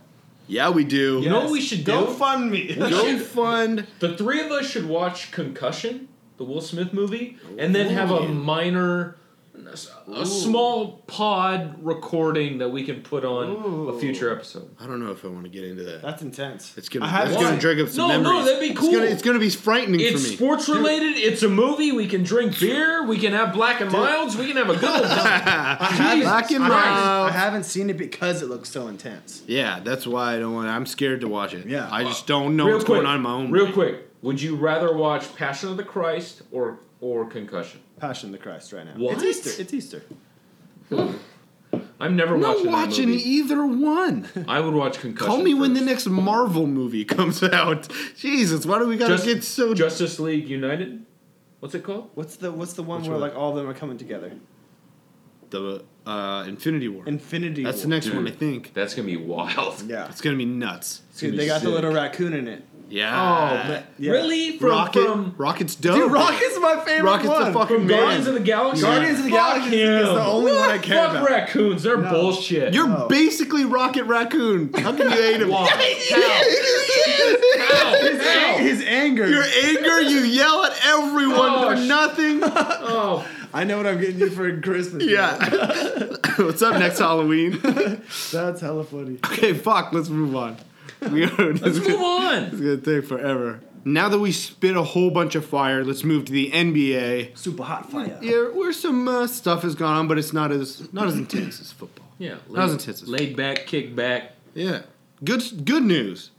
[SPEAKER 2] Yeah, we do.
[SPEAKER 4] You know what we should do?
[SPEAKER 1] GoFundMe.
[SPEAKER 4] We should-
[SPEAKER 2] fund.
[SPEAKER 4] The three of us should watch Concussion, the Will Smith movie, and then have a
[SPEAKER 1] Ooh.
[SPEAKER 4] minor, a
[SPEAKER 1] Ooh.
[SPEAKER 4] small pod recording that we can put on a future episode.
[SPEAKER 2] I don't know if I want to get into that.
[SPEAKER 1] That's intense.
[SPEAKER 2] It's gonna,
[SPEAKER 4] I have
[SPEAKER 2] it's
[SPEAKER 4] one.
[SPEAKER 2] gonna drag up some
[SPEAKER 4] No, no,
[SPEAKER 2] memories.
[SPEAKER 4] that'd be cool.
[SPEAKER 2] It's gonna, it's gonna be frightening
[SPEAKER 4] It's
[SPEAKER 2] for me.
[SPEAKER 4] sports related. It's a movie. We can drink beer. We can have Black and Milds. We can have a good old time.
[SPEAKER 1] I haven't,
[SPEAKER 4] Black and
[SPEAKER 1] I haven't-
[SPEAKER 2] mild.
[SPEAKER 1] I haven't seen it because it looks so intense.
[SPEAKER 2] Yeah, that's why I don't want. I'm scared to watch it. Yeah, I just don't know
[SPEAKER 4] Real
[SPEAKER 2] what's
[SPEAKER 4] quick,
[SPEAKER 2] going on in my own.
[SPEAKER 4] Real
[SPEAKER 2] brain.
[SPEAKER 4] quick, would you rather watch Passion of the Christ or or Concussion?
[SPEAKER 1] Passion of the Christ, right now.
[SPEAKER 4] What?
[SPEAKER 1] It's Easter. It's Easter.
[SPEAKER 4] I'm never
[SPEAKER 2] Not
[SPEAKER 4] watching. that
[SPEAKER 2] watching
[SPEAKER 4] movie.
[SPEAKER 2] either one.
[SPEAKER 4] I would watch Concussion.
[SPEAKER 2] Call me when the next Marvel movie comes out. Jesus, why do we gotta
[SPEAKER 4] Just-
[SPEAKER 2] get so?
[SPEAKER 4] Justice League United. What's it called?
[SPEAKER 1] What's the What's the one
[SPEAKER 2] Which
[SPEAKER 1] where
[SPEAKER 2] one?
[SPEAKER 1] like all of them are coming together?
[SPEAKER 2] the uh, Infinity War.
[SPEAKER 1] Infinity.
[SPEAKER 2] That's
[SPEAKER 1] War.
[SPEAKER 2] the next one, I
[SPEAKER 4] Dude.
[SPEAKER 2] think.
[SPEAKER 4] That's gonna be wild.
[SPEAKER 1] Yeah.
[SPEAKER 2] It's gonna be nuts. It's
[SPEAKER 1] Dude,
[SPEAKER 2] gonna
[SPEAKER 1] they
[SPEAKER 2] be
[SPEAKER 1] got the
[SPEAKER 2] sick.
[SPEAKER 1] little raccoon in it.
[SPEAKER 2] Yeah.
[SPEAKER 4] Oh, man.
[SPEAKER 1] Yeah.
[SPEAKER 4] really? From,
[SPEAKER 2] Rocket.
[SPEAKER 4] from
[SPEAKER 2] Rocket's dope.
[SPEAKER 1] Dude, Rocket's my favorite
[SPEAKER 2] Rocket's
[SPEAKER 1] one.
[SPEAKER 2] the fucking
[SPEAKER 4] from
[SPEAKER 2] man.
[SPEAKER 4] Guardians of the Galaxy.
[SPEAKER 1] Guardians of the
[SPEAKER 4] Fuck
[SPEAKER 1] Galaxy is
[SPEAKER 4] him.
[SPEAKER 1] the only one I care
[SPEAKER 4] Fuck
[SPEAKER 1] about.
[SPEAKER 4] raccoons. They're bullshit.
[SPEAKER 2] You're
[SPEAKER 1] No.
[SPEAKER 2] basically Rocket Raccoon. How can you hate him?
[SPEAKER 4] Why? How?
[SPEAKER 1] His,
[SPEAKER 4] How?
[SPEAKER 1] his anger.
[SPEAKER 2] Your anger, you yell at everyone
[SPEAKER 4] Oh,
[SPEAKER 2] for
[SPEAKER 4] sh-
[SPEAKER 2] nothing.
[SPEAKER 4] Oh,
[SPEAKER 1] I know what I'm getting you for Christmas.
[SPEAKER 2] yeah. What's up next Halloween?
[SPEAKER 1] That's hella funny.
[SPEAKER 2] okay, fuck, let's move on. We are-
[SPEAKER 4] let's move on.
[SPEAKER 2] It's gonna take forever. Now that we spit a whole bunch of fire, let's move to the NBA.
[SPEAKER 1] Super hot fire.
[SPEAKER 2] Yeah, where some uh, stuff has gone on, but it's not as not as intense as football.
[SPEAKER 4] Yeah,
[SPEAKER 2] That was intense.
[SPEAKER 4] Laid back, kick back.
[SPEAKER 2] Yeah. Good good news.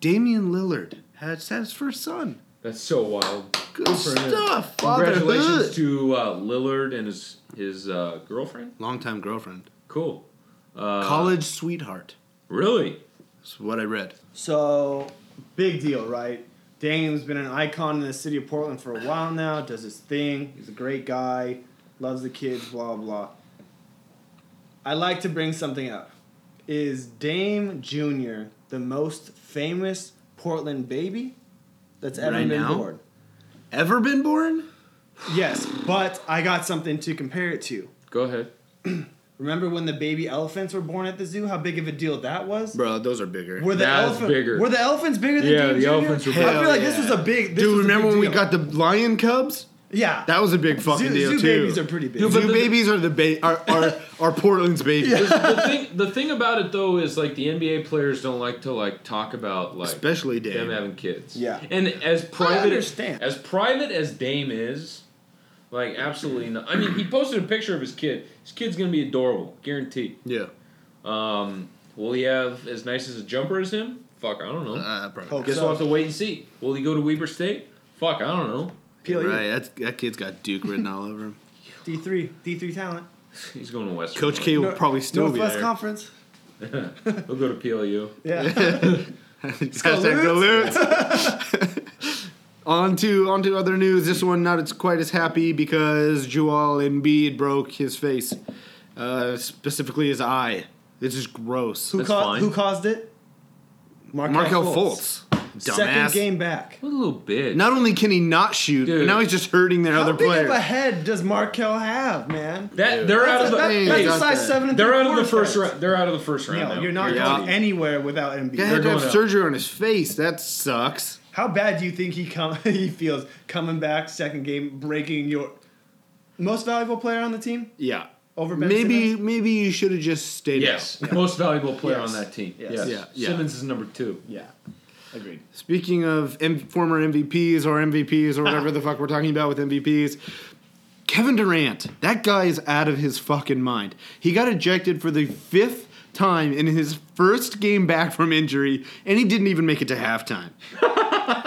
[SPEAKER 2] Damian Lillard has had his first son.
[SPEAKER 4] That's so wild.
[SPEAKER 2] Good stuff.
[SPEAKER 4] Congratulations
[SPEAKER 2] Fatherhood.
[SPEAKER 4] to uh, Lillard and his his uh, girlfriend.
[SPEAKER 2] Longtime girlfriend.
[SPEAKER 4] Cool. Uh,
[SPEAKER 2] College sweetheart.
[SPEAKER 4] Really?
[SPEAKER 2] That's what I read.
[SPEAKER 1] So, big deal, right? Dame's been an icon in the city of Portland for a while now, does his thing. He's a great guy, loves the kids, blah, blah. I like to bring something up. Is Dame Jr. the most famous Portland baby that's ever
[SPEAKER 2] Right
[SPEAKER 1] been
[SPEAKER 2] now?
[SPEAKER 1] born?
[SPEAKER 2] Ever been born?
[SPEAKER 1] Yes, but I got something to compare it to.
[SPEAKER 4] Go ahead.
[SPEAKER 1] Remember when the baby elephants were born at the zoo? How big of a deal that was?
[SPEAKER 2] Bro, those are bigger.
[SPEAKER 1] Were the
[SPEAKER 4] That was
[SPEAKER 1] elephant-
[SPEAKER 4] bigger.
[SPEAKER 1] Were the elephants bigger than
[SPEAKER 4] Yeah,
[SPEAKER 1] Dame
[SPEAKER 4] the
[SPEAKER 1] Jr.?
[SPEAKER 4] elephants were
[SPEAKER 1] I
[SPEAKER 2] bigger.
[SPEAKER 1] feel like this
[SPEAKER 2] Hell
[SPEAKER 1] was a big. This
[SPEAKER 2] Dude,
[SPEAKER 1] was a
[SPEAKER 2] remember
[SPEAKER 1] big
[SPEAKER 2] when we
[SPEAKER 1] deal.
[SPEAKER 2] got the lion cubs?
[SPEAKER 1] Yeah,
[SPEAKER 2] That was a big fucking
[SPEAKER 1] zoo,
[SPEAKER 2] deal
[SPEAKER 1] zoo
[SPEAKER 2] too.
[SPEAKER 1] babies are pretty big.
[SPEAKER 4] Dude,
[SPEAKER 2] Zoo
[SPEAKER 4] but the-
[SPEAKER 2] babies are the ba- are, are are Portland's babies,
[SPEAKER 4] the thing the thing about it though is like the NBA players don't like to like talk about like
[SPEAKER 2] especially
[SPEAKER 4] them
[SPEAKER 2] Dame.
[SPEAKER 4] having kids.
[SPEAKER 1] Yeah.
[SPEAKER 4] And as private
[SPEAKER 1] understand.
[SPEAKER 4] as private as Dame is, like absolutely not. I mean, he posted a picture of his kid. His kid's gonna be adorable, guaranteed.
[SPEAKER 2] Yeah,
[SPEAKER 4] Um, will he have as nice as a jumper as him? Fuck, I don't know.
[SPEAKER 2] uh, probably.
[SPEAKER 1] Oh,
[SPEAKER 4] Guess we'll have to wait and see. Will he go to Weber State? Fuck, I don't know.
[SPEAKER 1] PLU,
[SPEAKER 2] right. That's, that kid's got Duke written all over him.
[SPEAKER 1] E, D three, D three talent.
[SPEAKER 4] He's going to Western.
[SPEAKER 2] Coach K will
[SPEAKER 1] Nor-
[SPEAKER 2] probably still be
[SPEAKER 1] Northwest
[SPEAKER 2] there.
[SPEAKER 1] Conference.
[SPEAKER 4] He'll go to PLU.
[SPEAKER 1] Yeah,
[SPEAKER 2] Hashtag Galoots. on to on to other news. This one not as quite as happy because Joel Embiid broke his face, uh, specifically his eye. This is gross.
[SPEAKER 1] who,
[SPEAKER 4] That's
[SPEAKER 1] ca-
[SPEAKER 4] fine.
[SPEAKER 1] who caused it?
[SPEAKER 2] Markel Fultz,
[SPEAKER 1] Second
[SPEAKER 2] dumbass.
[SPEAKER 1] game back.
[SPEAKER 4] What a little bitch.
[SPEAKER 2] Not only can he not shoot, but
[SPEAKER 4] Dude.
[SPEAKER 2] now he's just hurting their
[SPEAKER 1] How
[SPEAKER 2] other
[SPEAKER 1] big
[SPEAKER 2] players.
[SPEAKER 1] of a head does Markel have, man?
[SPEAKER 4] that they're out of the
[SPEAKER 1] That-
[SPEAKER 2] Hey,
[SPEAKER 1] that's
[SPEAKER 2] got
[SPEAKER 1] a size
[SPEAKER 2] that.
[SPEAKER 1] seven. And
[SPEAKER 4] they're out of the
[SPEAKER 1] three-quarters
[SPEAKER 4] first
[SPEAKER 1] size.
[SPEAKER 4] round. They're out of the first round.
[SPEAKER 1] No,
[SPEAKER 4] now.
[SPEAKER 1] you're not
[SPEAKER 2] Yeah.
[SPEAKER 1] going anywhere without
[SPEAKER 2] Guy had
[SPEAKER 1] Embiid.
[SPEAKER 2] to
[SPEAKER 4] They're
[SPEAKER 2] have
[SPEAKER 4] going out.
[SPEAKER 2] surgery on his face. That sucks.
[SPEAKER 1] How bad do you think he come he feels coming back second game breaking your most valuable player on the team?
[SPEAKER 2] Yeah.
[SPEAKER 1] Over Ben
[SPEAKER 2] maybe
[SPEAKER 1] Simmons?
[SPEAKER 2] maybe you should have just stayed.
[SPEAKER 4] Yes.
[SPEAKER 2] out.
[SPEAKER 4] Most valuable player on that team.
[SPEAKER 2] Yes.
[SPEAKER 4] Yes.
[SPEAKER 2] Yeah, yeah.
[SPEAKER 4] Simmons is number two.
[SPEAKER 1] Yeah. Agreed.
[SPEAKER 2] Speaking of M- former MVPs or MVPs or whatever the fuck we're talking about with MVPs, Kevin Durant, that guy is out of his fucking mind. He got ejected for the fifth time in his first game back from injury, and he didn't even make it to halftime.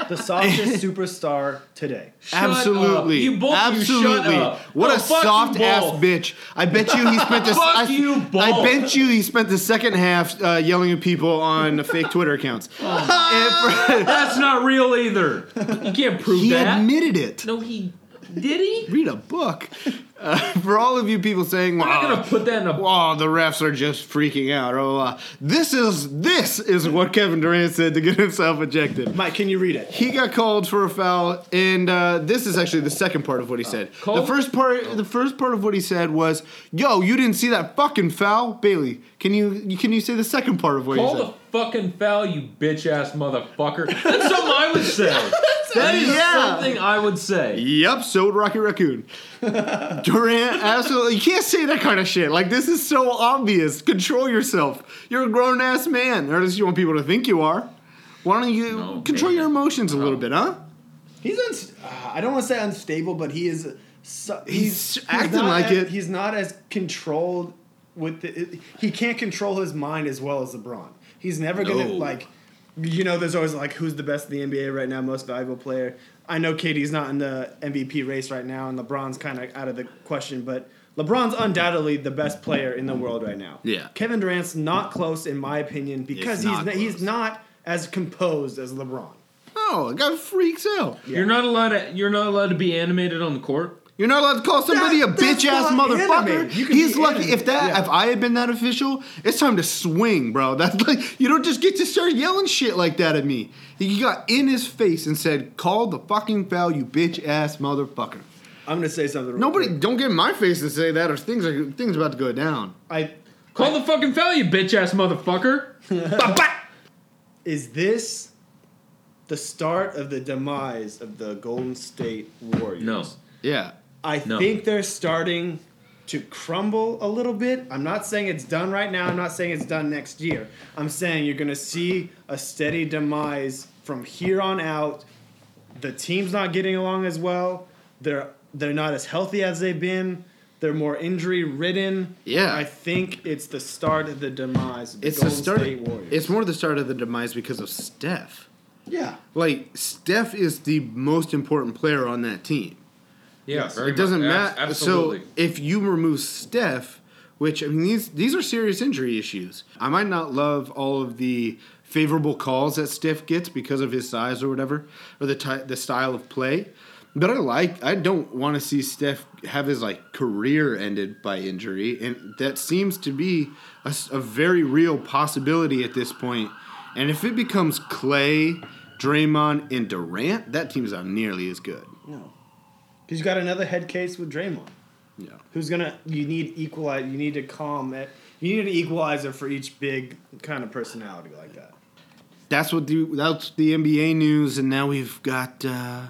[SPEAKER 1] The softest superstar today.
[SPEAKER 2] Absolutely.
[SPEAKER 4] up. You both- you shut
[SPEAKER 2] Absolutely.
[SPEAKER 4] up.
[SPEAKER 2] What
[SPEAKER 4] No,
[SPEAKER 2] a
[SPEAKER 4] fuck you
[SPEAKER 2] soft ass
[SPEAKER 4] both.
[SPEAKER 2] bitch. I bet you he spent the
[SPEAKER 4] Fuck
[SPEAKER 2] I,
[SPEAKER 4] you
[SPEAKER 2] I
[SPEAKER 4] both.
[SPEAKER 2] bet you he spent the second half uh, yelling at people on fake Twitter accounts.
[SPEAKER 4] Oh That's not real either. You can't prove
[SPEAKER 2] he
[SPEAKER 4] that.
[SPEAKER 2] admitted it.
[SPEAKER 4] no, he did he?
[SPEAKER 2] Read a book. Uh, for all of you people saying, "Wow,
[SPEAKER 4] not gonna put that in a."
[SPEAKER 2] wow, the refs are just freaking out." Blah, blah, blah. This is this is what Kevin Durant said to get himself ejected.
[SPEAKER 1] Mike, can you read it?
[SPEAKER 2] He got called for a foul, and uh, this is actually the second part of what he said. The first part, the first part of what he said was, "Yo, you didn't see that fucking foul, Bailey. Can you can you say the second part of what
[SPEAKER 4] Call
[SPEAKER 2] he said?"
[SPEAKER 4] the fucking foul, you bitch ass motherfucker. That's something I would say. that is
[SPEAKER 2] Yeah.
[SPEAKER 4] something I would say.
[SPEAKER 2] Yep, so would Rocky Raccoon. Durant, absolutely. You can't say that kind of shit. Like, this is so obvious. Control yourself. You're a grown ass man. Or at least you want people to think you are. Why don't you control your emotions a little bit, huh?
[SPEAKER 1] He's uns- uh, I don't want to say unstable, but he is. So, he's,
[SPEAKER 2] acting
[SPEAKER 1] not
[SPEAKER 2] like
[SPEAKER 1] as-
[SPEAKER 2] it.
[SPEAKER 1] He's not as controlled with the. He can't control his mind as well as LeBron. He's never gonna
[SPEAKER 4] No.
[SPEAKER 1] like. You know, there's always like, who's the best in the NBA right now, most valuable player. I know KD's not in the MVP race right now, and LeBron's kind of out of the question, but LeBron's undoubtedly the best player in the world right now.
[SPEAKER 2] Yeah.
[SPEAKER 1] Kevin Durant's not close, in my opinion, because he's
[SPEAKER 2] not
[SPEAKER 1] not he's not as composed as LeBron.
[SPEAKER 2] Oh, the guy freaks out.
[SPEAKER 4] You're not allowed to. You're not allowed to be animated on the court.
[SPEAKER 2] You're not allowed to call somebody
[SPEAKER 1] That-
[SPEAKER 2] a
[SPEAKER 1] that's
[SPEAKER 2] bitch ass
[SPEAKER 1] not
[SPEAKER 2] motherfucker.
[SPEAKER 1] animated. You can
[SPEAKER 2] He's
[SPEAKER 1] be
[SPEAKER 2] lucky if
[SPEAKER 1] animated,
[SPEAKER 2] that
[SPEAKER 1] yeah.
[SPEAKER 2] if I had been that official, it's time to swing, bro. That's like you don't just get to start yelling shit like that at me. He got in his face and said, "Call the fucking foul, you bitch ass motherfucker."
[SPEAKER 1] I'm gonna say something. real
[SPEAKER 2] Nobody,
[SPEAKER 1] quick.
[SPEAKER 2] don't get in my face and say that, or things are things about to go down.
[SPEAKER 1] I
[SPEAKER 4] Call the fucking foul, you bitch ass motherfucker. Ba-ba!
[SPEAKER 1] is this the start of the demise of the Golden State Warriors?
[SPEAKER 4] No.
[SPEAKER 2] Yeah,
[SPEAKER 1] I
[SPEAKER 4] No.
[SPEAKER 1] think they're starting to crumble a little bit. I'm not saying it's done right now. I'm not saying it's done next year. I'm saying you're going to see a steady demise from here on out. The team's not getting along as well. They're they're not as healthy as they've been. They're more injury ridden.
[SPEAKER 2] Yeah.
[SPEAKER 1] I think it's the start of the demise of the
[SPEAKER 2] it's the
[SPEAKER 1] Golden
[SPEAKER 2] start.
[SPEAKER 1] State Warriors.
[SPEAKER 2] It's more the start of the demise because of Steph.
[SPEAKER 1] yeah.
[SPEAKER 2] Like Steph is the most important player on that team.
[SPEAKER 4] Yeah, very
[SPEAKER 2] it doesn't
[SPEAKER 4] much. Abs-
[SPEAKER 2] matter.
[SPEAKER 4] Absolutely.
[SPEAKER 2] So if you remove Steph, which I mean these these are serious injury issues. I might not love all of the favorable calls that Steph gets because of his size or whatever, or the ty- the style of play. But I like. I don't want to see Steph have his like career ended by injury, and that seems to be a, s- a very real possibility at this point. And if it becomes Clay, Draymond, and Durant, that team's not nearly as good.
[SPEAKER 1] No. Because you got another head case with Draymond.
[SPEAKER 2] Yeah.
[SPEAKER 1] Who's gonna? You need equalize. You need to calm it. You need an equalizer for each big kind of personality like that.
[SPEAKER 2] That's what the that's the NBA news, and now we've got uh,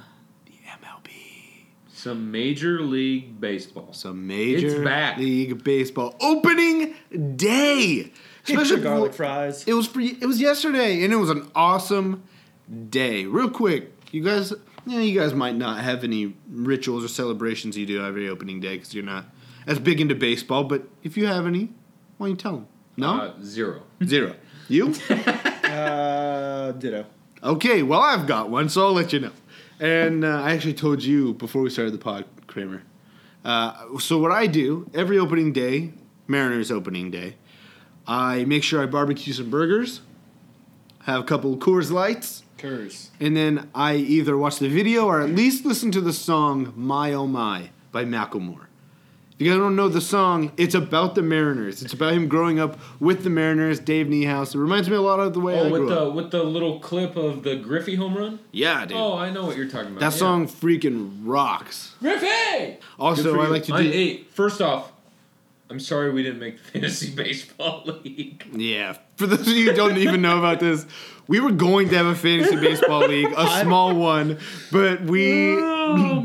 [SPEAKER 2] the MLB,
[SPEAKER 4] Some major league baseball.
[SPEAKER 2] some major
[SPEAKER 4] It's back.
[SPEAKER 2] league baseball opening day.
[SPEAKER 1] Extra
[SPEAKER 2] Especially-
[SPEAKER 1] garlic fries.
[SPEAKER 2] It was for it was yesterday, and it was an awesome day. Real quick, you guys, yeah, you guys might not have any rituals or celebrations you do every opening day because you're not as big into baseball. But if you have any, why don't you tell them? No,
[SPEAKER 4] Uh, zero.
[SPEAKER 2] zero. You?
[SPEAKER 1] Uh, ditto.
[SPEAKER 2] Okay, well, I've got one, so I'll let you know. And uh, I actually told you before we started the pod, Kramer. Uh, so, what I do every opening day, Mariners opening day, I make sure I barbecue some burgers, have a couple of Coors Lights,
[SPEAKER 1] Curse.
[SPEAKER 2] and then I either watch the video or at least listen to the song My Oh My by Macklemore. If you guys don't know the song, it's about the Mariners. It's about him growing up with the Mariners, Dave Niehaus. It reminds me a lot of the way I
[SPEAKER 4] Oh,
[SPEAKER 2] grew
[SPEAKER 4] with
[SPEAKER 2] up.
[SPEAKER 4] the with the little clip of the Griffey home run.
[SPEAKER 2] Yeah, dude.
[SPEAKER 4] Oh, I know what you're talking about.
[SPEAKER 2] That
[SPEAKER 4] yeah.
[SPEAKER 2] song freaking rocks.
[SPEAKER 4] Griffey.
[SPEAKER 2] Also, I like to do.
[SPEAKER 4] I, hey, first off, I'm sorry we didn't make the fantasy baseball league.
[SPEAKER 2] Yeah. For those of you who don't even know about this, we were going to have a fantasy baseball league, a small one, but we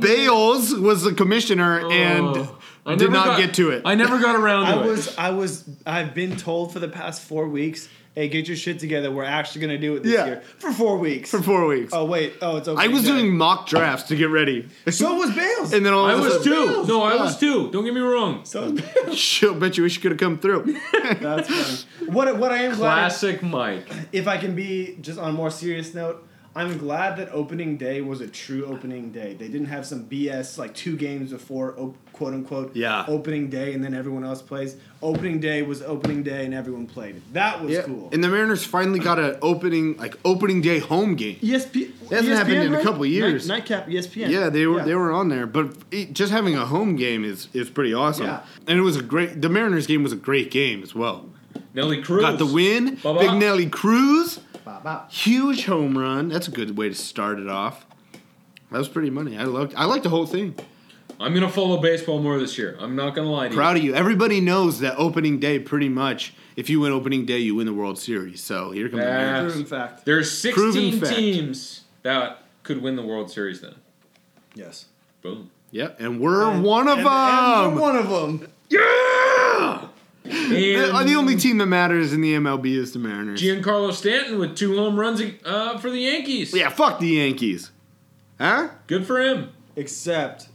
[SPEAKER 2] Bales was the commissioner and
[SPEAKER 1] I
[SPEAKER 2] did
[SPEAKER 1] never
[SPEAKER 2] not
[SPEAKER 1] got-
[SPEAKER 2] get to it.
[SPEAKER 1] I
[SPEAKER 4] never got around
[SPEAKER 1] I was, I was, I've been told for the past four weeks, hey, get your shit together. We're actually gonna do it this
[SPEAKER 2] Yeah.
[SPEAKER 1] year for four weeks.
[SPEAKER 2] For four weeks.
[SPEAKER 1] Oh wait, oh it's okay.
[SPEAKER 2] I was
[SPEAKER 1] good.
[SPEAKER 2] doing mock drafts to get ready.
[SPEAKER 1] So was Bales.
[SPEAKER 2] And then all
[SPEAKER 4] I
[SPEAKER 2] of a
[SPEAKER 4] was
[SPEAKER 2] sudden-
[SPEAKER 4] too. No, I
[SPEAKER 2] Yeah.
[SPEAKER 4] was too. Don't get me wrong.
[SPEAKER 2] She'll bet you wish you could have come through.
[SPEAKER 1] That's funny. What what I am
[SPEAKER 4] Classic Mike.
[SPEAKER 1] glad, if I can be just on a more serious note, I'm glad that opening day was a true opening day. They didn't have some BS like two games before op- quote unquote
[SPEAKER 2] Yeah.
[SPEAKER 1] opening day and then everyone else plays. Opening day was opening day and everyone played. That was cool.
[SPEAKER 2] And the Mariners finally got an opening, like opening day home game.
[SPEAKER 1] ESP,
[SPEAKER 2] That hasn't happened in a couple years.
[SPEAKER 1] Night, nightcap E ESPN.
[SPEAKER 2] Yeah, they were they were on there, but it, just having a home game is is pretty awesome.
[SPEAKER 1] Yeah.
[SPEAKER 2] And it was a great. The Mariners game was a great game as well.
[SPEAKER 4] Nelly Cruz
[SPEAKER 2] Got the win.
[SPEAKER 4] Ba-ba.
[SPEAKER 2] Big Nelly Cruz,
[SPEAKER 1] Bop, bop.
[SPEAKER 2] huge home run. That's a good way to start it off. That was pretty money. I loved. I liked the whole thing.
[SPEAKER 4] I'm gonna follow baseball more this year. I'm not gonna lie to
[SPEAKER 2] Proud of you. Everybody knows that opening day pretty much. If you win opening day, you win the World Series. So here
[SPEAKER 4] you.
[SPEAKER 2] comes the Mariners.
[SPEAKER 4] Proven
[SPEAKER 1] fact.
[SPEAKER 4] There's 16
[SPEAKER 2] Proven fact.
[SPEAKER 4] teams that could win the World Series then.
[SPEAKER 1] Yes.
[SPEAKER 4] Boom.
[SPEAKER 2] Yep, and we're one of them.
[SPEAKER 1] one of them.
[SPEAKER 2] Yeah.
[SPEAKER 4] And-
[SPEAKER 2] the, the only team that matters in the MLB is the Mariners.
[SPEAKER 4] Giancarlo Stanton with two home runs uh, for the Yankees.
[SPEAKER 2] Yeah, fuck the Yankees. Huh?
[SPEAKER 4] Good for him.
[SPEAKER 1] Except,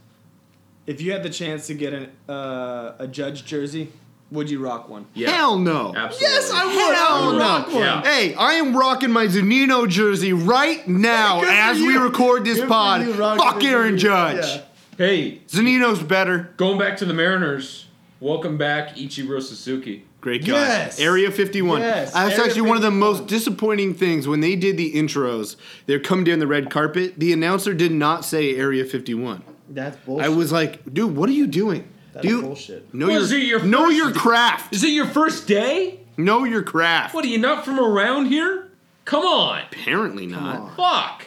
[SPEAKER 1] if you had the chance to get an, uh, a judge jersey, would you rock one?
[SPEAKER 2] Hell no.
[SPEAKER 4] Absolutely.
[SPEAKER 2] Yes, I would.
[SPEAKER 1] Hell
[SPEAKER 2] Hell
[SPEAKER 1] rock
[SPEAKER 2] no.
[SPEAKER 1] one. Yeah.
[SPEAKER 2] Hey, I am rocking my Zunino jersey right now
[SPEAKER 1] Good for
[SPEAKER 2] as we
[SPEAKER 1] you.
[SPEAKER 2] record this
[SPEAKER 1] Good for
[SPEAKER 2] pod.
[SPEAKER 1] you rocking
[SPEAKER 2] Fuck
[SPEAKER 1] the
[SPEAKER 2] Aaron
[SPEAKER 1] Zunino.
[SPEAKER 2] Judge.
[SPEAKER 1] Yeah.
[SPEAKER 4] Hey,
[SPEAKER 2] Zunino's better.
[SPEAKER 4] going back to the Mariners. Welcome back, Ichiro Suzuki.
[SPEAKER 2] Great guy.
[SPEAKER 1] Yes.
[SPEAKER 2] Area 51.
[SPEAKER 1] Yes.
[SPEAKER 2] That's
[SPEAKER 1] Area
[SPEAKER 2] actually one of the
[SPEAKER 1] 51.
[SPEAKER 2] most disappointing things when they did the intros. They come down the red carpet. The announcer did not say Area 51.
[SPEAKER 1] That's bullshit.
[SPEAKER 2] I was like, dude, what are you doing?
[SPEAKER 1] That's
[SPEAKER 2] dude,
[SPEAKER 1] bullshit.
[SPEAKER 2] Know
[SPEAKER 4] Was
[SPEAKER 2] your,
[SPEAKER 4] it your
[SPEAKER 2] know
[SPEAKER 4] first-
[SPEAKER 2] your craft.
[SPEAKER 4] Is it your first day?
[SPEAKER 2] Know your craft.
[SPEAKER 4] What are you not from around here? Come on.
[SPEAKER 2] Apparently not.
[SPEAKER 4] Fuck.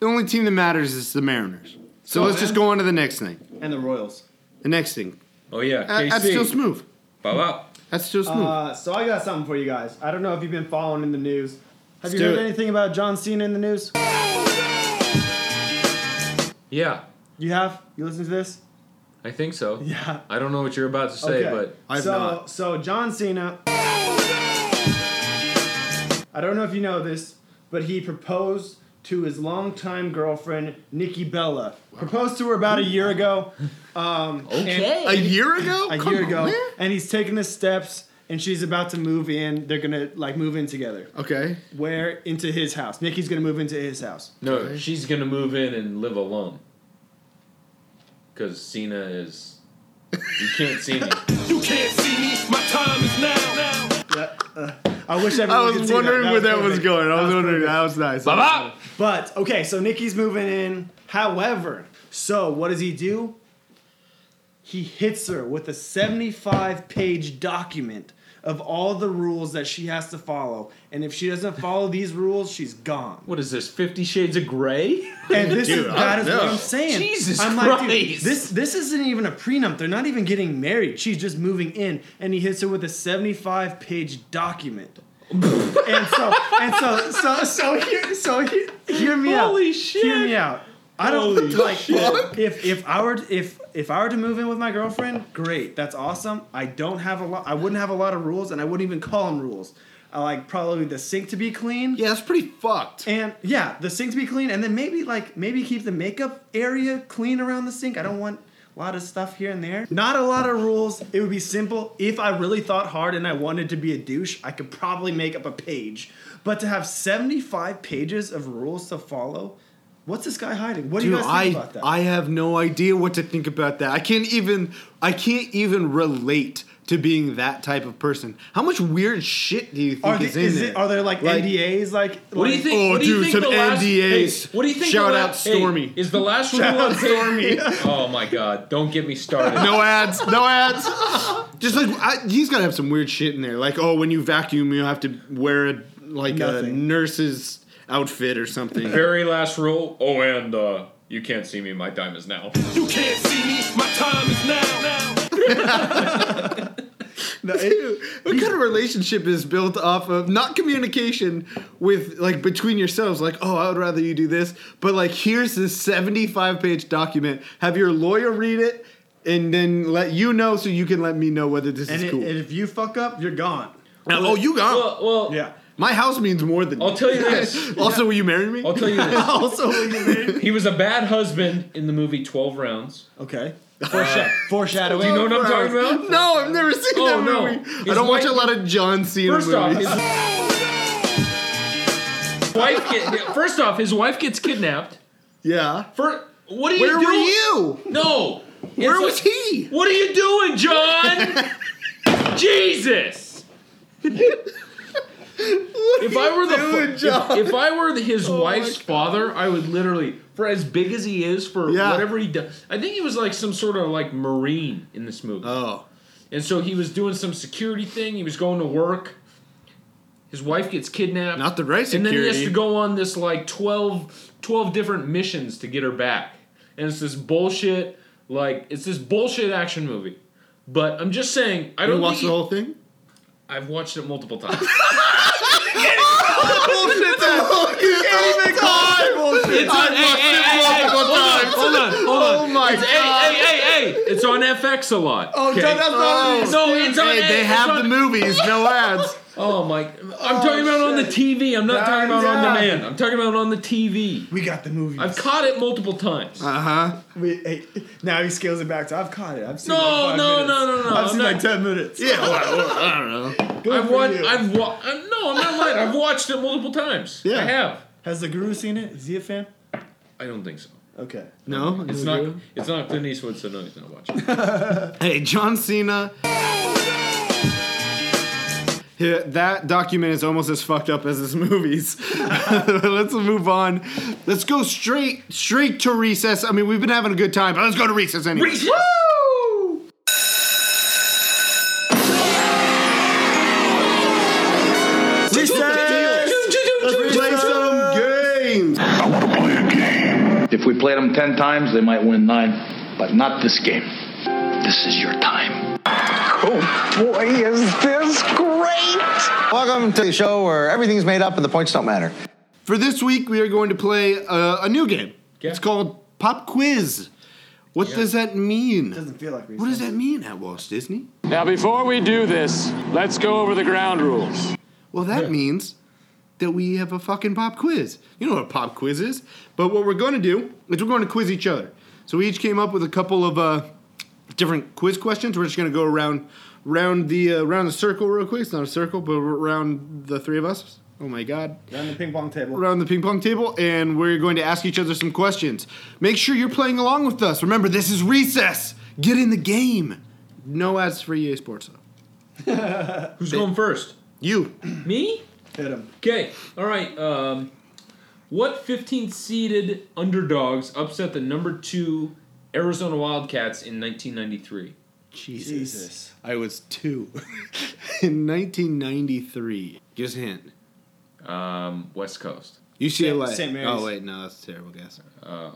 [SPEAKER 2] The only team that matters is the Mariners. So let's just go on to the next thing.
[SPEAKER 1] And the Royals.
[SPEAKER 2] The next thing.
[SPEAKER 4] Oh yeah,
[SPEAKER 2] That- That's Uh, still smooth.
[SPEAKER 4] Bow wow.
[SPEAKER 2] That's still smooth.
[SPEAKER 1] Uh, so I got something for you guys. I don't know if you've been following in the news. Have you
[SPEAKER 2] do
[SPEAKER 1] heard
[SPEAKER 2] it.
[SPEAKER 1] anything about John Cena in the news?
[SPEAKER 4] Yeah,
[SPEAKER 1] You have? You listen to this?
[SPEAKER 4] I think so.
[SPEAKER 1] Yeah.
[SPEAKER 4] I don't know what you're about to say, but
[SPEAKER 1] so, So John Cena. I don't know if you know this, but he proposed to his longtime girlfriend Nikki Bella. Proposed to her about a year ago. Um,
[SPEAKER 4] Okay.
[SPEAKER 1] and-
[SPEAKER 2] a year ago?
[SPEAKER 1] a
[SPEAKER 2] Come
[SPEAKER 1] year
[SPEAKER 2] on,
[SPEAKER 1] ago,
[SPEAKER 2] man.
[SPEAKER 1] and he's taking the steps, and she's about to move in. They're gonna like move in together.
[SPEAKER 2] Okay.
[SPEAKER 1] Where into his house? Nikki's gonna move into his house.
[SPEAKER 4] no, she's gonna move in and live alone. Cause Cena is. You can't see me.
[SPEAKER 6] You can't see me. My time is now.
[SPEAKER 1] I wish everyone.
[SPEAKER 2] I
[SPEAKER 1] could
[SPEAKER 2] was
[SPEAKER 1] see
[SPEAKER 2] wondering
[SPEAKER 1] that.
[SPEAKER 2] where that was
[SPEAKER 1] perfect.
[SPEAKER 2] going. I was,
[SPEAKER 1] was
[SPEAKER 2] wondering.
[SPEAKER 1] perfect.
[SPEAKER 2] That was nice.
[SPEAKER 4] Bow wow.
[SPEAKER 1] But okay, so Nikki's moving in. However, so what does he do? He hits her with a 75 page document of all the rules that she has to follow. And if she doesn't follow these rules, she's gone.
[SPEAKER 4] What is this? Fifty Shades of Grey?
[SPEAKER 1] And this
[SPEAKER 2] Dude,
[SPEAKER 1] is
[SPEAKER 2] I
[SPEAKER 1] that
[SPEAKER 2] don't
[SPEAKER 1] is what
[SPEAKER 2] know.
[SPEAKER 1] I'm saying.
[SPEAKER 4] Jesus
[SPEAKER 1] I'm like, dude,
[SPEAKER 4] Christ.
[SPEAKER 1] this this isn't even a prenup. They're not even getting married. She's just moving in, and he hits her with a 75 page document. and so and so so so hear so hear, hear me out.
[SPEAKER 4] Holy shit.
[SPEAKER 1] Hear me out. I don't
[SPEAKER 4] Holy
[SPEAKER 1] like if if I were if if I were to move in with my girlfriend, great, that's awesome. I don't have a lot. I wouldn't have a lot of rules, and I wouldn't even call them rules. I like probably the sink to be clean.
[SPEAKER 2] Yeah, that's pretty fucked.
[SPEAKER 1] And yeah, the sink to be clean, and then maybe like maybe keep the makeup area clean around the sink. I don't want a lot of stuff here and there. Not a lot of rules. It would be simple. If I really thought hard and I wanted to be a douche, I could probably make up a page. But to have 75 pages of rules to follow, what's this guy hiding? What do
[SPEAKER 2] Dude,
[SPEAKER 1] you guys think
[SPEAKER 2] I
[SPEAKER 1] about that?
[SPEAKER 2] I have no idea what to think about that. I can't even I can't even relate to being that type of person. How much weird shit do you think
[SPEAKER 1] are, the,
[SPEAKER 2] is in
[SPEAKER 1] is
[SPEAKER 2] there?
[SPEAKER 1] it, are there like, NDAs? Like
[SPEAKER 4] What do you
[SPEAKER 1] like-
[SPEAKER 2] Oh,
[SPEAKER 4] think? what do you
[SPEAKER 2] dude,
[SPEAKER 4] think
[SPEAKER 2] some
[SPEAKER 4] the last,
[SPEAKER 2] NDAs.
[SPEAKER 4] Hey, what do you think?
[SPEAKER 2] Shout
[SPEAKER 4] the
[SPEAKER 2] out
[SPEAKER 4] last-
[SPEAKER 2] Stormy.
[SPEAKER 4] Hey, is the last rule
[SPEAKER 1] Shout out
[SPEAKER 4] on Stormy? oh my God! Don't get me started.
[SPEAKER 2] No ads. No ads. Just like I, he's got to have some weird shit in there. Like, oh, when you vacuum, you have to wear a like a
[SPEAKER 1] Nothing.
[SPEAKER 2] nurse's outfit or something.
[SPEAKER 4] Very last rule. Oh, and uh, you can't see me. My time is now.
[SPEAKER 6] You can't see me. My time is now.
[SPEAKER 2] No, it- what kind of relationship is built off of not communication with like between yourselves? Like, oh, I would rather you do this, but like, here's this seventy-five page document. Have your lawyer read it, and then let you know so you can let me know whether this
[SPEAKER 1] And,
[SPEAKER 2] is
[SPEAKER 1] it-
[SPEAKER 2] cool.
[SPEAKER 1] and if you fuck up, you're gone.
[SPEAKER 2] Now, oh, you got
[SPEAKER 4] well,
[SPEAKER 1] yeah.
[SPEAKER 2] My house means more than.
[SPEAKER 4] I'll tell you this.
[SPEAKER 2] also, will you marry me?
[SPEAKER 4] I'll tell you this.
[SPEAKER 2] also, will you marry me?
[SPEAKER 4] He was a bad husband in the movie Twelve Rounds.
[SPEAKER 1] Okay.
[SPEAKER 4] Foreshadow.
[SPEAKER 1] Foreshadowing.
[SPEAKER 4] Do you know what I'm talking about?
[SPEAKER 2] No, I've never seen
[SPEAKER 4] Oh,
[SPEAKER 2] that
[SPEAKER 4] no.
[SPEAKER 2] movie.
[SPEAKER 4] His
[SPEAKER 2] I don't watch
[SPEAKER 4] wife-
[SPEAKER 2] a lot of John Cena
[SPEAKER 4] First off,
[SPEAKER 2] movies.
[SPEAKER 4] his wife get, first off, his wife gets kidnapped.
[SPEAKER 2] yeah.
[SPEAKER 4] For what are you
[SPEAKER 2] Where
[SPEAKER 4] doing?
[SPEAKER 2] were you?
[SPEAKER 4] No.
[SPEAKER 2] Where
[SPEAKER 4] It's
[SPEAKER 2] was
[SPEAKER 4] like,
[SPEAKER 2] he?
[SPEAKER 4] What are you doing, John? Jesus. if I were the fu-
[SPEAKER 2] doing,
[SPEAKER 4] if-
[SPEAKER 2] John? Oh
[SPEAKER 4] If, I were the- his wife's father, I would literally for as big as he is for
[SPEAKER 2] Yeah.
[SPEAKER 4] whatever he does. I think he was like some sort of like marine in this movie.
[SPEAKER 2] Oh.
[SPEAKER 4] And so he was doing some security thing. He was going to work. His wife gets kidnapped.
[SPEAKER 2] Not the right
[SPEAKER 4] And then he has
[SPEAKER 2] security.
[SPEAKER 4] to go on this like 12, 12 different missions to get her back. And it's this bullshit, like, it's this bullshit action movie. But I'm just saying, I
[SPEAKER 2] You
[SPEAKER 4] don't
[SPEAKER 2] watched
[SPEAKER 4] think
[SPEAKER 2] the whole thing?
[SPEAKER 4] I've watched it multiple times.
[SPEAKER 2] Bullshit that you can't even
[SPEAKER 4] it's on, hey, hey, hey, hey, hey, hold on, hold on, hold on.
[SPEAKER 2] Oh my
[SPEAKER 4] it's,
[SPEAKER 2] God.
[SPEAKER 4] Hey, hey, hey, hey, it's on FX a lot.
[SPEAKER 1] Oh,
[SPEAKER 4] okay?
[SPEAKER 1] that's not
[SPEAKER 2] Oh,
[SPEAKER 4] No, it's on.
[SPEAKER 2] hey, they
[SPEAKER 4] it's
[SPEAKER 2] have
[SPEAKER 4] on-
[SPEAKER 2] the movies, no ads.
[SPEAKER 4] Oh my! I'm talking about on the TV. I'm not talking about on demand. I'm talking about on the TV.
[SPEAKER 1] We got the movies.
[SPEAKER 4] I've caught it multiple times.
[SPEAKER 2] Uh huh.
[SPEAKER 1] We, hey, now he scales it back to I've caught it. I've seen
[SPEAKER 4] No,
[SPEAKER 1] like five
[SPEAKER 4] no,
[SPEAKER 1] minutes.
[SPEAKER 4] no, no, no,
[SPEAKER 1] I've seen
[SPEAKER 4] no.
[SPEAKER 1] like ten minutes.
[SPEAKER 2] Yeah, well, well, I don't know.
[SPEAKER 1] Good
[SPEAKER 4] I've
[SPEAKER 1] for
[SPEAKER 4] watched.
[SPEAKER 1] you.
[SPEAKER 4] I've wa- i No, I'm not lying. I've watched it multiple times.
[SPEAKER 2] Yeah.
[SPEAKER 4] I have.
[SPEAKER 1] Has the guru seen it? Is he a fan?
[SPEAKER 4] I don't think so.
[SPEAKER 1] Okay.
[SPEAKER 2] No,
[SPEAKER 4] It's not. It's not Clint Eastwood, so no, he's not watching.
[SPEAKER 2] Hey, John Cena. Yeah, that document is almost as fucked up as his movies. let's move on. Let's go straight straight to recess. I mean, we've been having a good time, but let's go to recess anyway.
[SPEAKER 4] Recess!
[SPEAKER 2] Woo! Recess! Let's play some games.
[SPEAKER 12] I want to play a game. If we played them 10 times, they might win 9, but not this game. This is your time.
[SPEAKER 13] Boy, is this great! Welcome to the show where everything's made up and the points don't matter.
[SPEAKER 2] For this week, we are going to play uh, a new game. It's called Pop Quiz. What does that mean? Doesn't
[SPEAKER 1] feel like
[SPEAKER 2] What does that mean at Walt Disney?
[SPEAKER 14] Now, before we do this, let's go over the ground rules.
[SPEAKER 2] Well, that means that we have a fucking pop quiz. You know what a pop quiz is. But what we're going to do is we're going to quiz each other. So we each came up with a couple of uh, different quiz questions. We're just going to go around round the uh, round the circle real quick. It's not a circle, but around the three of us. Oh my god.
[SPEAKER 1] Around the ping pong table.
[SPEAKER 2] around the ping pong table and we're going to ask each other some questions. Make sure you're playing along with us. Remember, this is recess. Get in the game. No ads for EA Sports.
[SPEAKER 4] Who's going first?
[SPEAKER 2] You.
[SPEAKER 4] Me?
[SPEAKER 1] Hit him.
[SPEAKER 4] Okay. All right. Um, what 15-seeded underdogs upset the number two Arizona Wildcats in 1993?
[SPEAKER 2] Jesus. I was two. in 1993. Give us a hint.
[SPEAKER 4] Um, West Coast.
[SPEAKER 2] UCLA.
[SPEAKER 1] St. Mary's.
[SPEAKER 2] Oh, wait, no, that's a terrible guess.
[SPEAKER 4] Uh,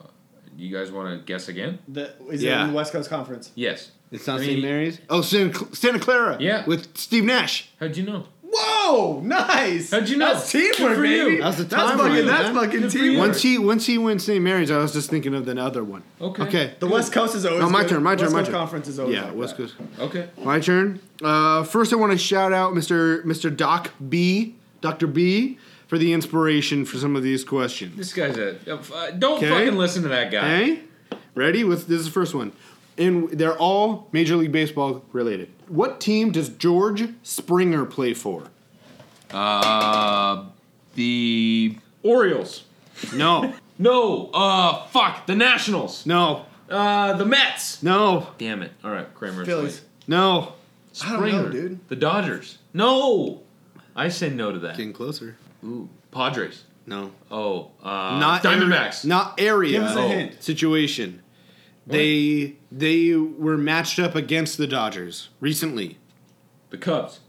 [SPEAKER 4] you guys want to guess again?
[SPEAKER 1] The, is it
[SPEAKER 2] Yeah.
[SPEAKER 1] in the West Coast Conference?
[SPEAKER 4] Yes.
[SPEAKER 2] It's not
[SPEAKER 4] I mean-
[SPEAKER 2] St. Mary's? Oh, Santa, Cl- Santa Clara.
[SPEAKER 4] Yeah.
[SPEAKER 2] With Steve Nash.
[SPEAKER 4] How'd you know?
[SPEAKER 1] Whoa! Nice.
[SPEAKER 4] How'd you know?
[SPEAKER 1] That's teamwork,
[SPEAKER 4] Good for
[SPEAKER 1] baby.
[SPEAKER 4] you.
[SPEAKER 2] That was the
[SPEAKER 1] That's
[SPEAKER 2] time
[SPEAKER 1] fucking-
[SPEAKER 2] for you, man.
[SPEAKER 1] that's fucking
[SPEAKER 2] Good for
[SPEAKER 1] teamwork.
[SPEAKER 2] you. Once he, once he wins St. Mary's, I was just thinking of the other one.
[SPEAKER 4] Okay.
[SPEAKER 2] Okay.
[SPEAKER 1] The West Coast is always
[SPEAKER 2] No, my
[SPEAKER 1] good.
[SPEAKER 2] turn, my turn,
[SPEAKER 1] West
[SPEAKER 2] my
[SPEAKER 1] Coast
[SPEAKER 2] turn.
[SPEAKER 1] Conference is always
[SPEAKER 2] Yeah,
[SPEAKER 1] like
[SPEAKER 2] West
[SPEAKER 1] that.
[SPEAKER 2] Coast.
[SPEAKER 4] Okay.
[SPEAKER 2] My turn. Uh, first, I want to shout out Mr. Mr. Doc B, Dr. B, for the inspiration for some of these questions.
[SPEAKER 4] This guy's a. Uh, don't
[SPEAKER 2] Okay.
[SPEAKER 4] fucking listen to that
[SPEAKER 1] Eh?
[SPEAKER 4] guy.
[SPEAKER 2] Okay, ready? With this is the first one, and they're all Major League Baseball related. What team does George Springer play for?
[SPEAKER 4] Uh, the Orioles.
[SPEAKER 2] No,
[SPEAKER 4] No. Uh, fuck the Nationals.
[SPEAKER 2] no,
[SPEAKER 4] Uh, the Mets.
[SPEAKER 2] no,
[SPEAKER 4] Damn it. All right, Kramer's
[SPEAKER 1] Phillies.
[SPEAKER 2] no.
[SPEAKER 4] late.
[SPEAKER 1] I don't know,
[SPEAKER 4] Springer.
[SPEAKER 1] dude.
[SPEAKER 4] The Dodgers. No. I say no to that.
[SPEAKER 2] Getting closer.
[SPEAKER 4] Ooh. Padres.
[SPEAKER 2] No,
[SPEAKER 4] Oh. Uh,
[SPEAKER 2] not Area,
[SPEAKER 4] Diamondbacks.
[SPEAKER 2] not area. Oh.
[SPEAKER 1] Give us a hint.
[SPEAKER 2] Situation. They they were matched up against the Dodgers recently.
[SPEAKER 4] The Cubs.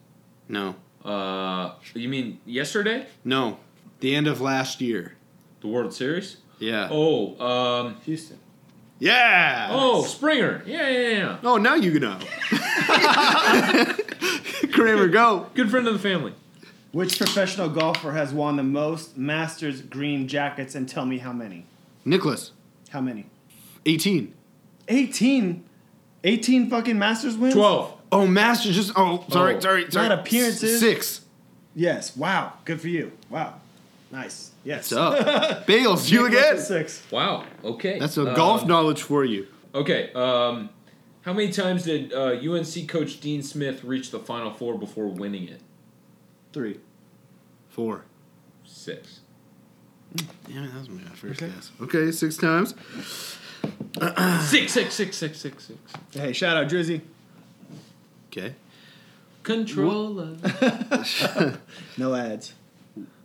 [SPEAKER 2] No,
[SPEAKER 4] Uh, you mean yesterday?
[SPEAKER 2] no. The end of last year.
[SPEAKER 4] The World Series.
[SPEAKER 2] Yeah.
[SPEAKER 4] Oh. Um.
[SPEAKER 1] Houston.
[SPEAKER 2] Yeah.
[SPEAKER 4] Oh, Springer. Yeah, yeah, yeah.
[SPEAKER 2] Oh, now you know. Kramer, go.
[SPEAKER 4] Good friend of the family.
[SPEAKER 1] Which professional golfer has won the most Masters green jackets and tell me how many?
[SPEAKER 2] Nicholas,
[SPEAKER 1] How many?
[SPEAKER 2] 18.
[SPEAKER 1] 18? 18 fucking Masters wins?
[SPEAKER 2] Oh, Masters just. Oh, sorry,
[SPEAKER 1] Oh.
[SPEAKER 2] sorry, sorry.
[SPEAKER 1] Not appearances.
[SPEAKER 2] Six.
[SPEAKER 1] Yes. Wow. Good for you. Wow. Nice. Yes.
[SPEAKER 2] What's up? Bales, you
[SPEAKER 1] Nicholas
[SPEAKER 2] again.
[SPEAKER 1] is Six.
[SPEAKER 4] Wow. Okay.
[SPEAKER 2] That's a
[SPEAKER 4] Um,
[SPEAKER 2] golf knowledge for you.
[SPEAKER 4] Okay. Um, how many times did uh, UNC coach Dean Smith reach the Final Four before winning it?
[SPEAKER 1] Three.
[SPEAKER 2] Four.
[SPEAKER 4] Six.
[SPEAKER 2] Damn it, that was my first guess. Okay, six times.
[SPEAKER 4] Six, six, six, six, six, six.
[SPEAKER 1] Hey, shout out Drizzy.
[SPEAKER 2] Okay.
[SPEAKER 4] Controller.
[SPEAKER 1] No ads.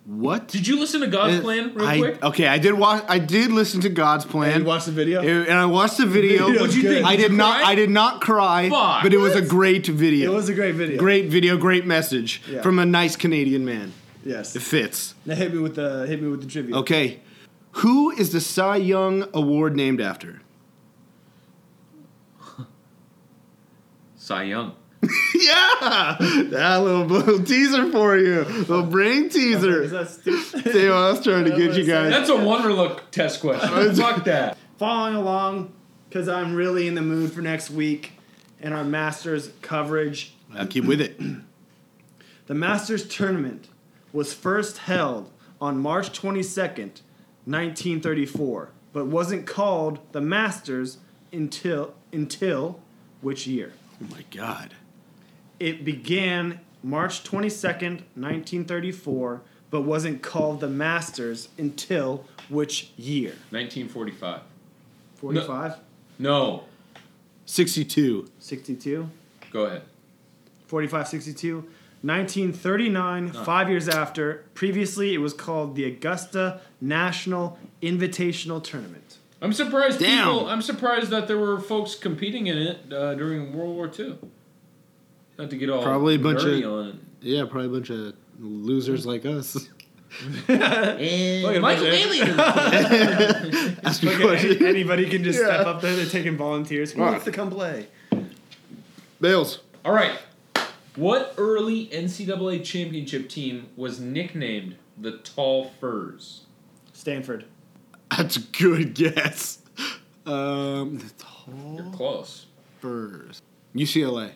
[SPEAKER 2] What?
[SPEAKER 4] Did you listen to God's
[SPEAKER 2] Uh,
[SPEAKER 4] plan real
[SPEAKER 2] I-
[SPEAKER 4] quick?
[SPEAKER 2] Okay, I did watch. I did listen to God's plan.
[SPEAKER 1] you watched the video?
[SPEAKER 2] It- and I watched the video.
[SPEAKER 1] video's What'd you good. think?
[SPEAKER 2] I
[SPEAKER 1] Did
[SPEAKER 2] did
[SPEAKER 1] you
[SPEAKER 2] not.
[SPEAKER 1] cry?
[SPEAKER 2] I did not cry.
[SPEAKER 1] Fuck.
[SPEAKER 2] But it was a great video.
[SPEAKER 1] It was a great video.
[SPEAKER 2] great video. Great message
[SPEAKER 1] Yeah.
[SPEAKER 2] from a nice Canadian man.
[SPEAKER 1] Yes.
[SPEAKER 2] It fits.
[SPEAKER 1] Now hit me with the hit me with the trivia.
[SPEAKER 2] Okay, who is the Cy Young Award named after?
[SPEAKER 4] Cy Young.
[SPEAKER 2] yeah, that little, little teaser for you, little brain teaser. Damn, I was trying to get you guys.
[SPEAKER 4] That's a Wonderlook test question. Fuck that.
[SPEAKER 1] Following along, because I'm really in the mood for next week and our Masters coverage.
[SPEAKER 2] I'll keep with it.
[SPEAKER 1] The Masters tournament was first held on March 22nd, 1934, but wasn't called the Masters until until which year?
[SPEAKER 2] Oh my God.
[SPEAKER 1] It began March 22nd, 1934, but wasn't called the Masters until which year?
[SPEAKER 4] 1945.
[SPEAKER 1] 45,
[SPEAKER 4] No.
[SPEAKER 2] 62.
[SPEAKER 1] 62,
[SPEAKER 4] Go ahead.
[SPEAKER 1] 45, 62. 1939, five years after. Previously, it was called the Augusta National Invitational Tournament.
[SPEAKER 4] I'm surprised.
[SPEAKER 1] Damn.
[SPEAKER 4] People, I'm surprised that there were folks competing in it uh, during World War II. Not to get all
[SPEAKER 2] Probably a bunch
[SPEAKER 4] nerdy
[SPEAKER 2] of-
[SPEAKER 4] on it.
[SPEAKER 2] Yeah, probably a bunch of losers like us.
[SPEAKER 4] Michael
[SPEAKER 2] Ask me a
[SPEAKER 1] Okay,
[SPEAKER 2] question.
[SPEAKER 1] any- anybody can just step
[SPEAKER 2] Yeah.
[SPEAKER 1] up there. They're taking volunteers. Who
[SPEAKER 2] Wow.
[SPEAKER 1] wants to come play?
[SPEAKER 2] Bales.
[SPEAKER 4] All right. What early NCAA championship team was nicknamed the Tall Furs?
[SPEAKER 1] Stanford.
[SPEAKER 2] That's a good guess. Um, the
[SPEAKER 1] Mm-hmm.
[SPEAKER 4] You're
[SPEAKER 2] tall
[SPEAKER 4] close.
[SPEAKER 2] Spurs. UCLA.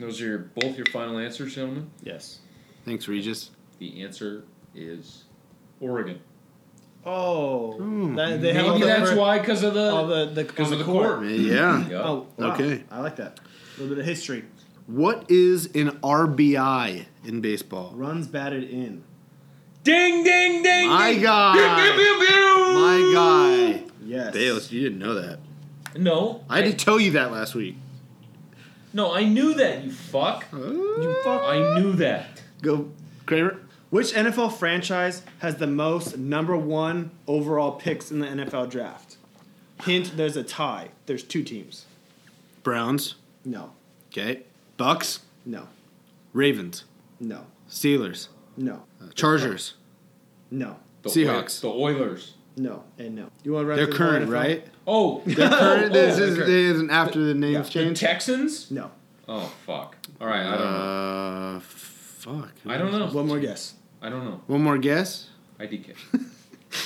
[SPEAKER 4] Those are your, both your final answers, gentlemen.
[SPEAKER 1] Yes.
[SPEAKER 2] Thanks, Regis.
[SPEAKER 4] The answer is Oregon.
[SPEAKER 1] Oh, that, they have all
[SPEAKER 4] Maybe
[SPEAKER 1] the-
[SPEAKER 4] that's why, because of
[SPEAKER 1] all
[SPEAKER 4] the
[SPEAKER 1] the the,
[SPEAKER 4] because
[SPEAKER 1] on
[SPEAKER 4] of the
[SPEAKER 1] the court.
[SPEAKER 4] court.
[SPEAKER 2] Yeah.
[SPEAKER 1] Oh, wow.
[SPEAKER 2] Okay.
[SPEAKER 1] I like that. A little bit of history.
[SPEAKER 2] What is an RBI in baseball?
[SPEAKER 1] Runs batted in.
[SPEAKER 4] Ding, ding, ding.
[SPEAKER 2] My
[SPEAKER 4] ding.
[SPEAKER 2] guy. My guy.
[SPEAKER 1] Yes.
[SPEAKER 2] Bales, you didn't know that.
[SPEAKER 4] No,
[SPEAKER 2] I had to tell you that last week.
[SPEAKER 4] no, I knew that. You Oh, fuck.
[SPEAKER 1] You fuck.
[SPEAKER 4] I knew that.
[SPEAKER 2] Go, Kramer.
[SPEAKER 1] Which NFL franchise has the most number one overall picks in the NFL draft? Hint: There's a tie. There's two teams.
[SPEAKER 2] Browns.
[SPEAKER 1] No,
[SPEAKER 2] Okay. Bucks.
[SPEAKER 1] no,
[SPEAKER 2] Ravens.
[SPEAKER 1] no,
[SPEAKER 2] Steelers.
[SPEAKER 1] no,
[SPEAKER 2] Uh, Chargers.
[SPEAKER 1] no,
[SPEAKER 4] The
[SPEAKER 2] Seahawks.
[SPEAKER 4] Oil- the Oilers.
[SPEAKER 1] no, and no. You want to run?
[SPEAKER 2] They're
[SPEAKER 1] through the
[SPEAKER 2] current,
[SPEAKER 1] whole NFL?
[SPEAKER 2] right?
[SPEAKER 4] Oh,
[SPEAKER 2] They're current.
[SPEAKER 4] oh,
[SPEAKER 2] This
[SPEAKER 4] oh,
[SPEAKER 2] is
[SPEAKER 4] okay.
[SPEAKER 2] isn't after the
[SPEAKER 1] Yeah.
[SPEAKER 2] names
[SPEAKER 4] the
[SPEAKER 2] change.
[SPEAKER 4] Texans.
[SPEAKER 1] No.
[SPEAKER 4] Oh fuck. All right, I don't know.
[SPEAKER 2] Uh, fuck.
[SPEAKER 4] I don't know.
[SPEAKER 1] One more guess.
[SPEAKER 4] I don't know.
[SPEAKER 2] One more guess.
[SPEAKER 4] IDK.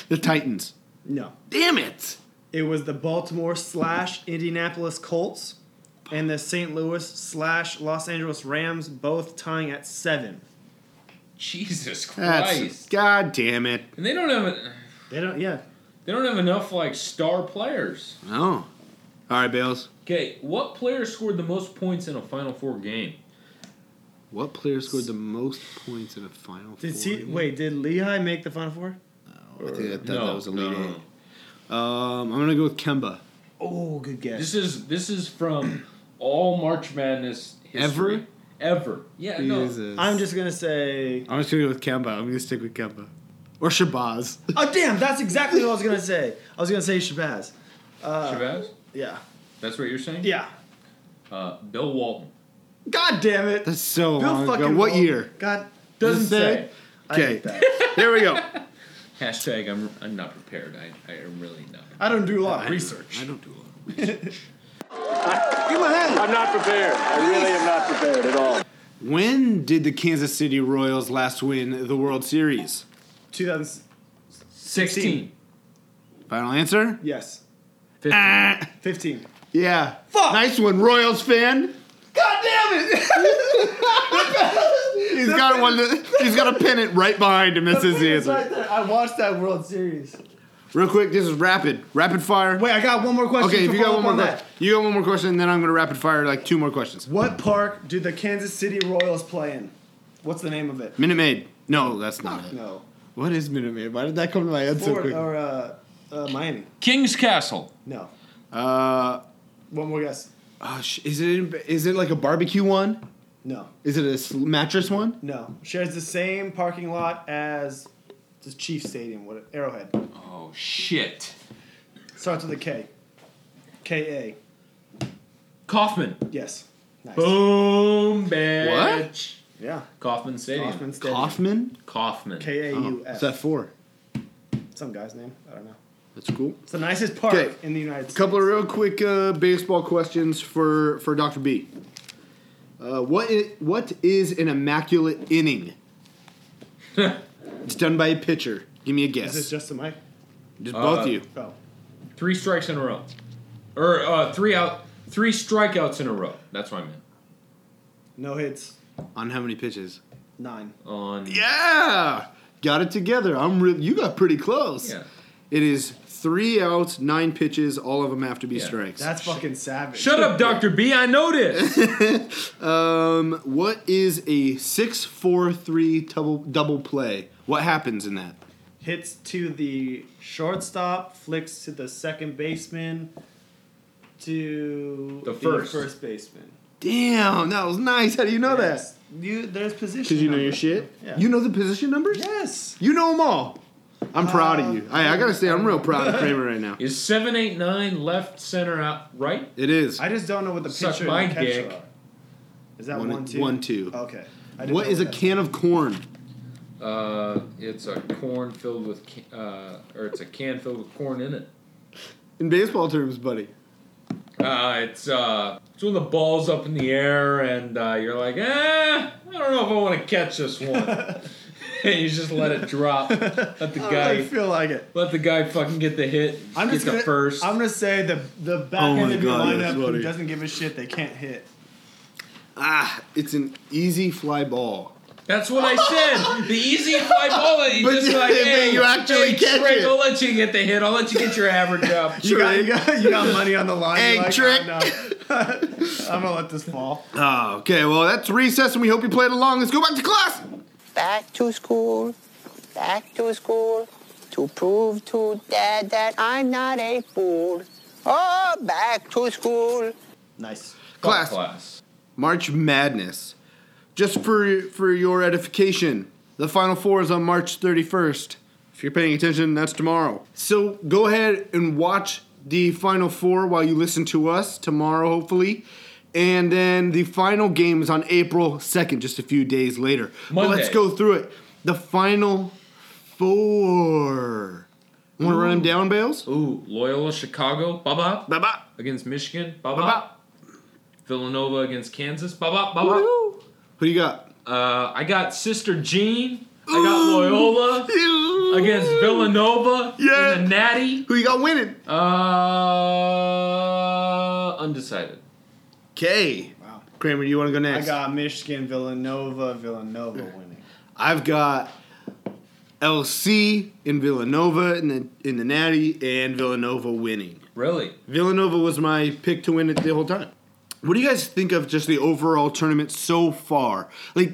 [SPEAKER 2] The Titans.
[SPEAKER 1] No.
[SPEAKER 2] Damn it!
[SPEAKER 1] It was the Baltimore slash Indianapolis Colts and the St. Louis slash Los Angeles Rams, both tying at seven.
[SPEAKER 4] Jesus
[SPEAKER 2] That's
[SPEAKER 4] Christ.
[SPEAKER 2] god damn it.
[SPEAKER 4] And they don't have
[SPEAKER 1] They don't. Yeah.
[SPEAKER 4] they don't have enough like star players.
[SPEAKER 2] No. All right, Bales.
[SPEAKER 4] Okay, what player scored the most points in a Final Four game?
[SPEAKER 2] What player scored the most points in a final?
[SPEAKER 1] Did
[SPEAKER 2] four
[SPEAKER 1] see?
[SPEAKER 2] game?
[SPEAKER 1] Wait, did Lehigh make the Final Four?
[SPEAKER 2] I think that, that,
[SPEAKER 4] No,
[SPEAKER 2] that was a lead.
[SPEAKER 4] no, no,
[SPEAKER 2] Um, I'm gonna go with Kemba.
[SPEAKER 1] Oh, good guess.
[SPEAKER 4] This is this is from all March Madness history.
[SPEAKER 2] Ever?
[SPEAKER 4] Ever. Yeah, no.
[SPEAKER 2] Jesus.
[SPEAKER 1] I'm just gonna say.
[SPEAKER 2] I'm just gonna go with Kemba. I'm gonna stick with Kemba or Shabazz.
[SPEAKER 1] Oh, damn! That's exactly what I was gonna say. I was gonna say Shabazz.
[SPEAKER 4] Shabazz?
[SPEAKER 1] Yeah.
[SPEAKER 4] That's what you're saying?
[SPEAKER 1] Yeah.
[SPEAKER 4] Uh, Bill Walton.
[SPEAKER 1] God damn it!
[SPEAKER 2] That's so
[SPEAKER 1] Bill
[SPEAKER 2] long ago.
[SPEAKER 1] fucking
[SPEAKER 2] What
[SPEAKER 1] Walton.
[SPEAKER 2] year?
[SPEAKER 1] God
[SPEAKER 4] Doesn't say.
[SPEAKER 1] I
[SPEAKER 2] Okay,
[SPEAKER 1] hate that.
[SPEAKER 2] there we go.
[SPEAKER 4] Hashtag I'm I'm not prepared. I I am really not.
[SPEAKER 1] I don't do a lot of research.
[SPEAKER 2] I don't do a lot.
[SPEAKER 8] I'm not prepared. I really am not prepared at all.
[SPEAKER 2] When did the Kansas City Royals last win the World Series?
[SPEAKER 1] 2016.
[SPEAKER 2] Final answer?
[SPEAKER 1] Yes.
[SPEAKER 2] 15.
[SPEAKER 1] 15.
[SPEAKER 2] Yeah. Fuck. Nice one, Royals fan.
[SPEAKER 1] God damn it!
[SPEAKER 2] He's got one. that- He's got a pennant right behind him. That's
[SPEAKER 1] The
[SPEAKER 2] his
[SPEAKER 1] thing is
[SPEAKER 2] answer.
[SPEAKER 1] right there, I watched that World Series.
[SPEAKER 2] Real quick, this is rapid, rapid fire. Wait,
[SPEAKER 1] I got one more question
[SPEAKER 2] Okay, if
[SPEAKER 1] to
[SPEAKER 2] you got
[SPEAKER 1] follow
[SPEAKER 2] one
[SPEAKER 1] up
[SPEAKER 2] more
[SPEAKER 1] on
[SPEAKER 2] question,
[SPEAKER 1] that.
[SPEAKER 2] you got one more question, and then I'm gonna rapid fire like two more questions.
[SPEAKER 1] What park do the Kansas City Royals play in? What's the name of it?
[SPEAKER 2] Minute Maid. No, that's not it.
[SPEAKER 1] No.
[SPEAKER 2] What is Minute Maid? Why did that come to my head so
[SPEAKER 1] Florida
[SPEAKER 2] quick?
[SPEAKER 1] or uh, uh, Miami?
[SPEAKER 4] King's Castle.
[SPEAKER 1] No.
[SPEAKER 2] Uh,
[SPEAKER 1] One more guess.
[SPEAKER 2] oh, sh- is it in- is it like a barbecue one?
[SPEAKER 1] No.
[SPEAKER 2] Is it a s- mattress one?
[SPEAKER 1] No. Shares the same parking lot as the Chiefs Stadium. What Arrowhead.
[SPEAKER 4] Oh shit.
[SPEAKER 1] Starts with a K. K
[SPEAKER 4] Kaufman.
[SPEAKER 1] A. Yes. Nice.
[SPEAKER 4] Boom, bitch.
[SPEAKER 1] Yeah.
[SPEAKER 4] Kaufman Stadium.
[SPEAKER 1] Kaufman Stadium.
[SPEAKER 2] Kaufman?
[SPEAKER 4] Kaufman.
[SPEAKER 1] K A U F.
[SPEAKER 2] What's Oh, that for?
[SPEAKER 1] Some guy's name. I don't know.
[SPEAKER 2] That's cool.
[SPEAKER 1] It's the nicest park
[SPEAKER 2] Okay.
[SPEAKER 1] in the United States.
[SPEAKER 2] Couple of real quick uh, baseball questions for for Doctor B. Uh, what i- what is an immaculate inning? it's done by a pitcher. Give me a guess.
[SPEAKER 1] Is this just a mic?
[SPEAKER 2] Just both
[SPEAKER 4] Uh,
[SPEAKER 2] you.
[SPEAKER 1] Oh.
[SPEAKER 4] Three strikes in a row, or uh, three out, three strikeouts in a row. That's what I meant.
[SPEAKER 1] No hits.
[SPEAKER 2] On how many pitches?
[SPEAKER 1] Nine.
[SPEAKER 4] On
[SPEAKER 2] Yeah, got it together. I'm real. You got pretty close.
[SPEAKER 4] Yeah.
[SPEAKER 2] It is three outs, nine pitches. All of them have to be strikes.
[SPEAKER 1] That's fucking savage.
[SPEAKER 4] Shut up, Doctor B. I know this.
[SPEAKER 2] um, what is a six four three double double play? What happens in that?
[SPEAKER 1] Hits to the shortstop, flicks to the second baseman, to
[SPEAKER 4] The first.
[SPEAKER 1] baseman.
[SPEAKER 2] Damn, that was nice. How do you know that?
[SPEAKER 1] You there's position.
[SPEAKER 2] Because you know your
[SPEAKER 1] numbers.
[SPEAKER 2] shit.
[SPEAKER 1] Yeah.
[SPEAKER 2] You know the position numbers.
[SPEAKER 1] Yes.
[SPEAKER 2] You know them all. I'm proud
[SPEAKER 1] Uh,
[SPEAKER 2] of you. I, I gotta say, I'm real proud of Kramer right now.
[SPEAKER 4] Is seven, eight, nine left, center, out, right?
[SPEAKER 2] It is.
[SPEAKER 1] I just don't know what the
[SPEAKER 4] Suck
[SPEAKER 1] pitcher
[SPEAKER 4] my
[SPEAKER 1] and the catcher
[SPEAKER 4] dick.
[SPEAKER 1] are. Is that
[SPEAKER 2] One-
[SPEAKER 1] one, two?
[SPEAKER 2] one, two.
[SPEAKER 1] Okay. I didn't
[SPEAKER 2] What
[SPEAKER 1] know
[SPEAKER 2] is a
[SPEAKER 1] that-
[SPEAKER 2] can of corn?
[SPEAKER 4] Uh, it's a corn filled with, ca- uh, or it's a can filled with corn in it.
[SPEAKER 2] In baseball terms, buddy.
[SPEAKER 4] Uh, it's uh, it's when the ball's up in the air and uh, you're like, eh, I don't know if I want to catch this one. and you just let it drop. Let the
[SPEAKER 1] I don't
[SPEAKER 4] guy
[SPEAKER 1] really feel like it.
[SPEAKER 4] let the guy fucking get the hit.
[SPEAKER 1] I'm
[SPEAKER 4] get
[SPEAKER 1] just
[SPEAKER 4] the
[SPEAKER 1] gonna,
[SPEAKER 4] first.
[SPEAKER 1] I'm gonna say the the back
[SPEAKER 2] Oh
[SPEAKER 1] end
[SPEAKER 2] my
[SPEAKER 1] of your
[SPEAKER 2] God,
[SPEAKER 1] lineup
[SPEAKER 2] that's
[SPEAKER 1] who
[SPEAKER 2] funny.
[SPEAKER 1] doesn't give a shit they can't hit.
[SPEAKER 2] Ah, it's an easy fly ball.
[SPEAKER 4] That's what I said. The easy fly ball that you
[SPEAKER 2] But
[SPEAKER 4] just
[SPEAKER 2] you-
[SPEAKER 4] like,
[SPEAKER 2] but
[SPEAKER 4] hey,
[SPEAKER 2] you actually
[SPEAKER 4] hey,
[SPEAKER 2] catch
[SPEAKER 4] Drake,
[SPEAKER 2] it.
[SPEAKER 4] I'll let you get the hit. I'll let you get your average up.
[SPEAKER 1] You got, you got you got money on the line.
[SPEAKER 2] Egg
[SPEAKER 1] You're like,
[SPEAKER 2] trick.
[SPEAKER 1] "Oh, no." I'm gonna let this fall.
[SPEAKER 2] Oh, okay. Well, that's recess, and we hope you played along. Let's go back to class.
[SPEAKER 15] back to school, back to school, to prove to Dad that I'm not a fool. Oh, back to school.
[SPEAKER 1] Nice.
[SPEAKER 2] Class. March Madness. Just for for your edification, the Final Four is on March 31st. If you're paying attention, that's tomorrow. So go ahead and watch the Final Four while you listen to us tomorrow, hopefully. And then the final game is on April 2nd, just a few days later. But let's
[SPEAKER 4] Monday.
[SPEAKER 2] go through it. The Final Four. Want to run them down, Bales?
[SPEAKER 4] Ooh, Loyola Chicago, baba.
[SPEAKER 2] Baba.
[SPEAKER 4] Against Michigan, baba. Villanova against Kansas, baba, baba.
[SPEAKER 2] Who do you got?
[SPEAKER 4] Uh, I got Sister Jean. I got Loyola against Villanova
[SPEAKER 2] Yeah.
[SPEAKER 4] in the Natty.
[SPEAKER 2] Who you got winning?
[SPEAKER 4] Uh, undecided.
[SPEAKER 2] Okay. Wow. Kramer, you want to go
[SPEAKER 1] I
[SPEAKER 2] next?
[SPEAKER 1] got Michigan, Villanova, Villanova winning.
[SPEAKER 2] I've got LC in Villanova in the in the Natty and Villanova winning.
[SPEAKER 4] Really?
[SPEAKER 2] Villanova was my pick to win it the whole time. What do you guys think of just the overall tournament so far? Like,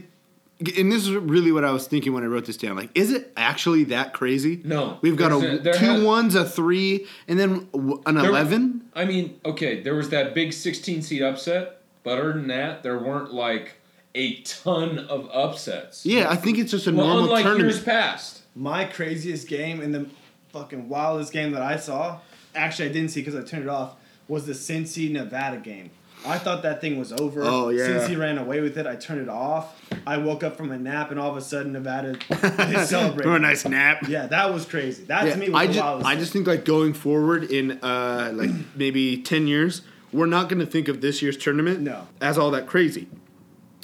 [SPEAKER 2] and this is really what I was thinking when I wrote this down. Like, is it actually that crazy?
[SPEAKER 4] No.
[SPEAKER 2] We've got
[SPEAKER 4] There's
[SPEAKER 2] a,
[SPEAKER 4] a- there
[SPEAKER 2] two
[SPEAKER 4] has-
[SPEAKER 2] ones, a three, and then w- an
[SPEAKER 4] There-
[SPEAKER 2] eleven.
[SPEAKER 4] I mean, okay, there was that big 16 seed upset, but other than that, there weren't like a ton of upsets.
[SPEAKER 2] Yeah, I think it's just a
[SPEAKER 4] well,
[SPEAKER 2] normal
[SPEAKER 4] unlike
[SPEAKER 2] tournament.
[SPEAKER 4] years past.
[SPEAKER 1] My craziest game and the fucking wildest game that I saw, actually I didn't see because I turned it off, was the Cincy Nevada game. I thought that thing was over.
[SPEAKER 2] Oh, yeah.
[SPEAKER 1] Cincy ran away with it. I turned it off. I woke up from a nap and all of a sudden Nevada they celebrated.
[SPEAKER 2] For Oh, a nice nap.
[SPEAKER 1] Yeah, that was crazy. That
[SPEAKER 2] Yeah,
[SPEAKER 1] to me was
[SPEAKER 2] I
[SPEAKER 1] the
[SPEAKER 2] just,
[SPEAKER 1] wildest.
[SPEAKER 2] I just think like going forward in uh, like maybe ten years, we're not going to think of this year's tournament
[SPEAKER 1] No.
[SPEAKER 2] as all that crazy.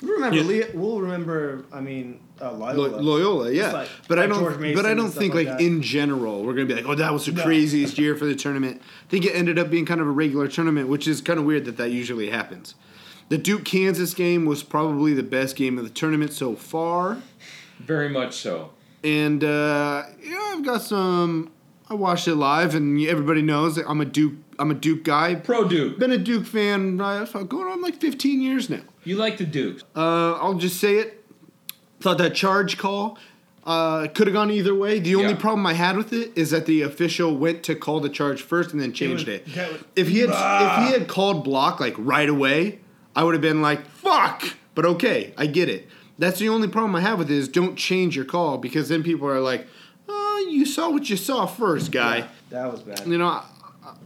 [SPEAKER 1] We remember
[SPEAKER 2] Yeah.
[SPEAKER 1] Leo, we'll remember. I mean uh, Loyola.
[SPEAKER 2] Lo- Loyola, yeah,
[SPEAKER 1] Just like-
[SPEAKER 2] but I
[SPEAKER 1] like
[SPEAKER 2] don't.
[SPEAKER 1] George Mason
[SPEAKER 2] but I
[SPEAKER 1] and
[SPEAKER 2] don't
[SPEAKER 1] stuff
[SPEAKER 2] think like,
[SPEAKER 1] that.
[SPEAKER 2] in general we're gonna be like, oh, that was the
[SPEAKER 1] No.
[SPEAKER 2] craziest year for the tournament. I think it ended up being kind of a regular tournament, which is kind of weird that that usually happens. The Duke Kansas game was probably the best game of the tournament so far,
[SPEAKER 4] Very much so.
[SPEAKER 2] and uh, yeah, I've got some. I watched it live, and everybody knows that I'm a Duke. I'm a Duke guy.
[SPEAKER 4] Pro Duke.
[SPEAKER 2] Been a Duke fan uh, going on like 15 years now.
[SPEAKER 4] You like the Dukes.
[SPEAKER 2] Uh, I'll just say it. Thought that charge call uh, could have gone either way. The only problem I had with it is that the official went to call the charge first and then changed it. If he had if he had called block like right away, I would have been like fuck. But okay, I get it. That's the only problem I have with it is don't change your call because then people are like, oh, you saw what you saw first, guy.
[SPEAKER 1] that was bad.
[SPEAKER 2] You know, I,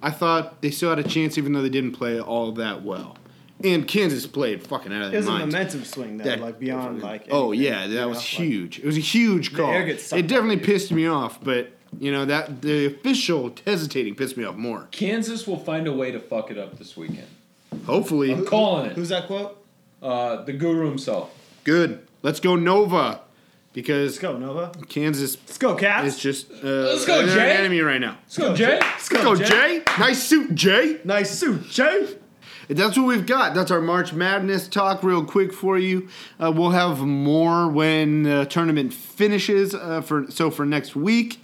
[SPEAKER 2] I thought they still had a chance even though they didn't play all that well. And Kansas played fucking out of
[SPEAKER 1] It
[SPEAKER 2] their
[SPEAKER 1] was a
[SPEAKER 2] minds.
[SPEAKER 1] momentum swing though,
[SPEAKER 2] That-
[SPEAKER 1] like beyond like.
[SPEAKER 2] Oh yeah, that was huge. It was a huge
[SPEAKER 1] The
[SPEAKER 2] call.
[SPEAKER 1] air gets sucked
[SPEAKER 2] It definitely pissed me off, but you know that the official hesitating pissed me off more.
[SPEAKER 4] Kansas will find a way to fuck it up this weekend.
[SPEAKER 2] Hopefully,
[SPEAKER 4] I'm calling it.
[SPEAKER 1] Who's that quote?
[SPEAKER 4] Uh, the guru himself.
[SPEAKER 2] Good. Let's go Nova, because
[SPEAKER 1] let's go Nova.
[SPEAKER 2] Kansas. Let's
[SPEAKER 1] go Cavs.
[SPEAKER 2] It's just uh,
[SPEAKER 1] Let's go,
[SPEAKER 2] they're
[SPEAKER 1] Jay.
[SPEAKER 2] an enemy right now.
[SPEAKER 1] Let's go, Jay.
[SPEAKER 2] Let's go Jay. Nice suit, Jay.
[SPEAKER 1] Nice suit, Jay.
[SPEAKER 2] That's what we've got. That's our March Madness talk, real quick for you. Uh, we'll have more when the tournament finishes. Uh, for so for next week,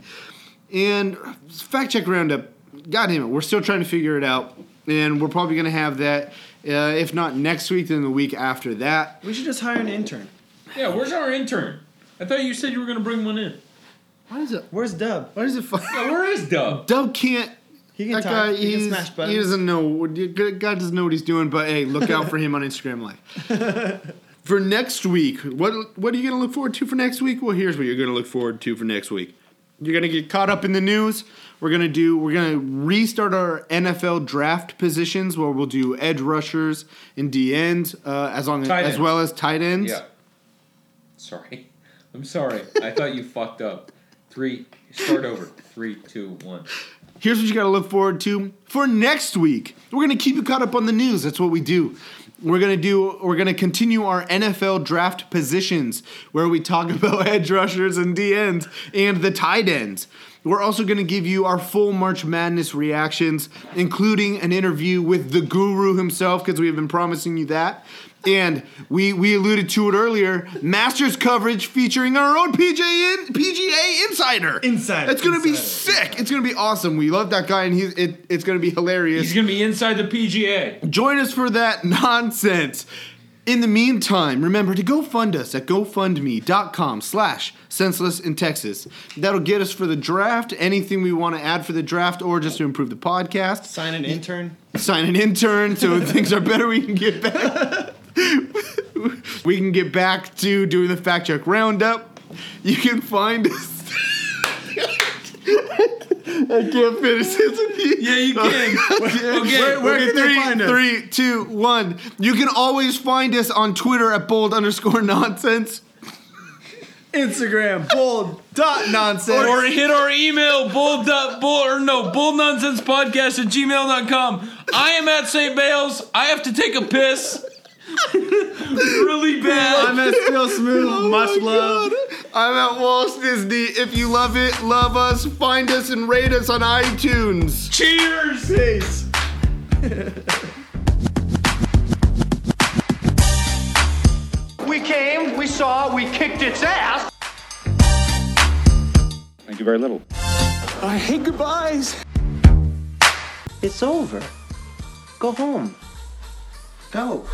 [SPEAKER 2] and fact check roundup. God damn it, we're still trying to figure it out, and we're probably gonna have that. Uh, if not next week, then the week after that.
[SPEAKER 1] We should just hire an intern.
[SPEAKER 4] Yeah, where's our intern? I thought you said you were gonna bring one in.
[SPEAKER 2] Why is it?
[SPEAKER 1] Where's Dub?
[SPEAKER 2] Why is it? Fu-
[SPEAKER 4] yeah, where is Dub?
[SPEAKER 2] Dub can't.
[SPEAKER 1] He
[SPEAKER 2] that guy, he's- he doesn't know. what- God doesn't know what he's doing, but hey, look out for him on Instagram Live. for next week, what what are you going to look forward to for next week? Well, here's what you're going to look forward to for next week. You're going to get caught up in the news. We're going to do we're going to restart our NFL draft positions where we'll do edge rushers and D ends uh, as long
[SPEAKER 4] Tight
[SPEAKER 2] as
[SPEAKER 4] ends.
[SPEAKER 2] well as tight ends.
[SPEAKER 4] Yeah. Sorry. I'm sorry. I thought you fucked up. Three. Start over. Three, two, one.
[SPEAKER 2] Here's what you got to look forward to for next week. We're going to keep you caught up on the news. That's what we do. We're going to do we're going to continue our NFL draft positions where we talk about edge rushers and D ends and the tight ends. We're also going to give you our full March Madness reactions, including an interview with the guru himself because we have been promising you that. And we we alluded to it earlier. Masters coverage featuring our own PJ in, PGA insider. Insider. It's gonna be sick. It's gonna be awesome. We love that guy, and he's it, it's gonna be hilarious.
[SPEAKER 4] He's gonna be inside the PGA.
[SPEAKER 2] Join us for that nonsense. In the meantime, remember to go fund us at gofundme.com slash senseless in Texas. That'll get us for the draft, anything we want to add for the draft, or just to improve the podcast.
[SPEAKER 1] Sign an intern.
[SPEAKER 2] Sign an intern so when things are better, we can get back. we can get back to doing the fact check roundup. You can find us. I can't finish this.
[SPEAKER 4] Yeah, you can.
[SPEAKER 2] okay,
[SPEAKER 4] Where- where can they
[SPEAKER 2] three,
[SPEAKER 4] find us?
[SPEAKER 2] three, two, one. You can always find us on Twitter at bold underscore nonsense.
[SPEAKER 1] Instagram bold dot nonsense.
[SPEAKER 4] Or hit our email, bull, dot, bull or no, bull nonsense podcast at gmail.com. I am at St. Bales. I have to take a piss. really bad.
[SPEAKER 1] I'm at Still Smooth.
[SPEAKER 4] Oh
[SPEAKER 1] Much love.
[SPEAKER 2] I'm at Walt Disney. If you love it, love us. Find us and rate us on iTunes.
[SPEAKER 4] Cheers.
[SPEAKER 1] Peace.
[SPEAKER 16] We came, we saw, we kicked its ass.
[SPEAKER 17] Thank you very little.
[SPEAKER 16] I hate goodbyes. It's over. Go home. Go.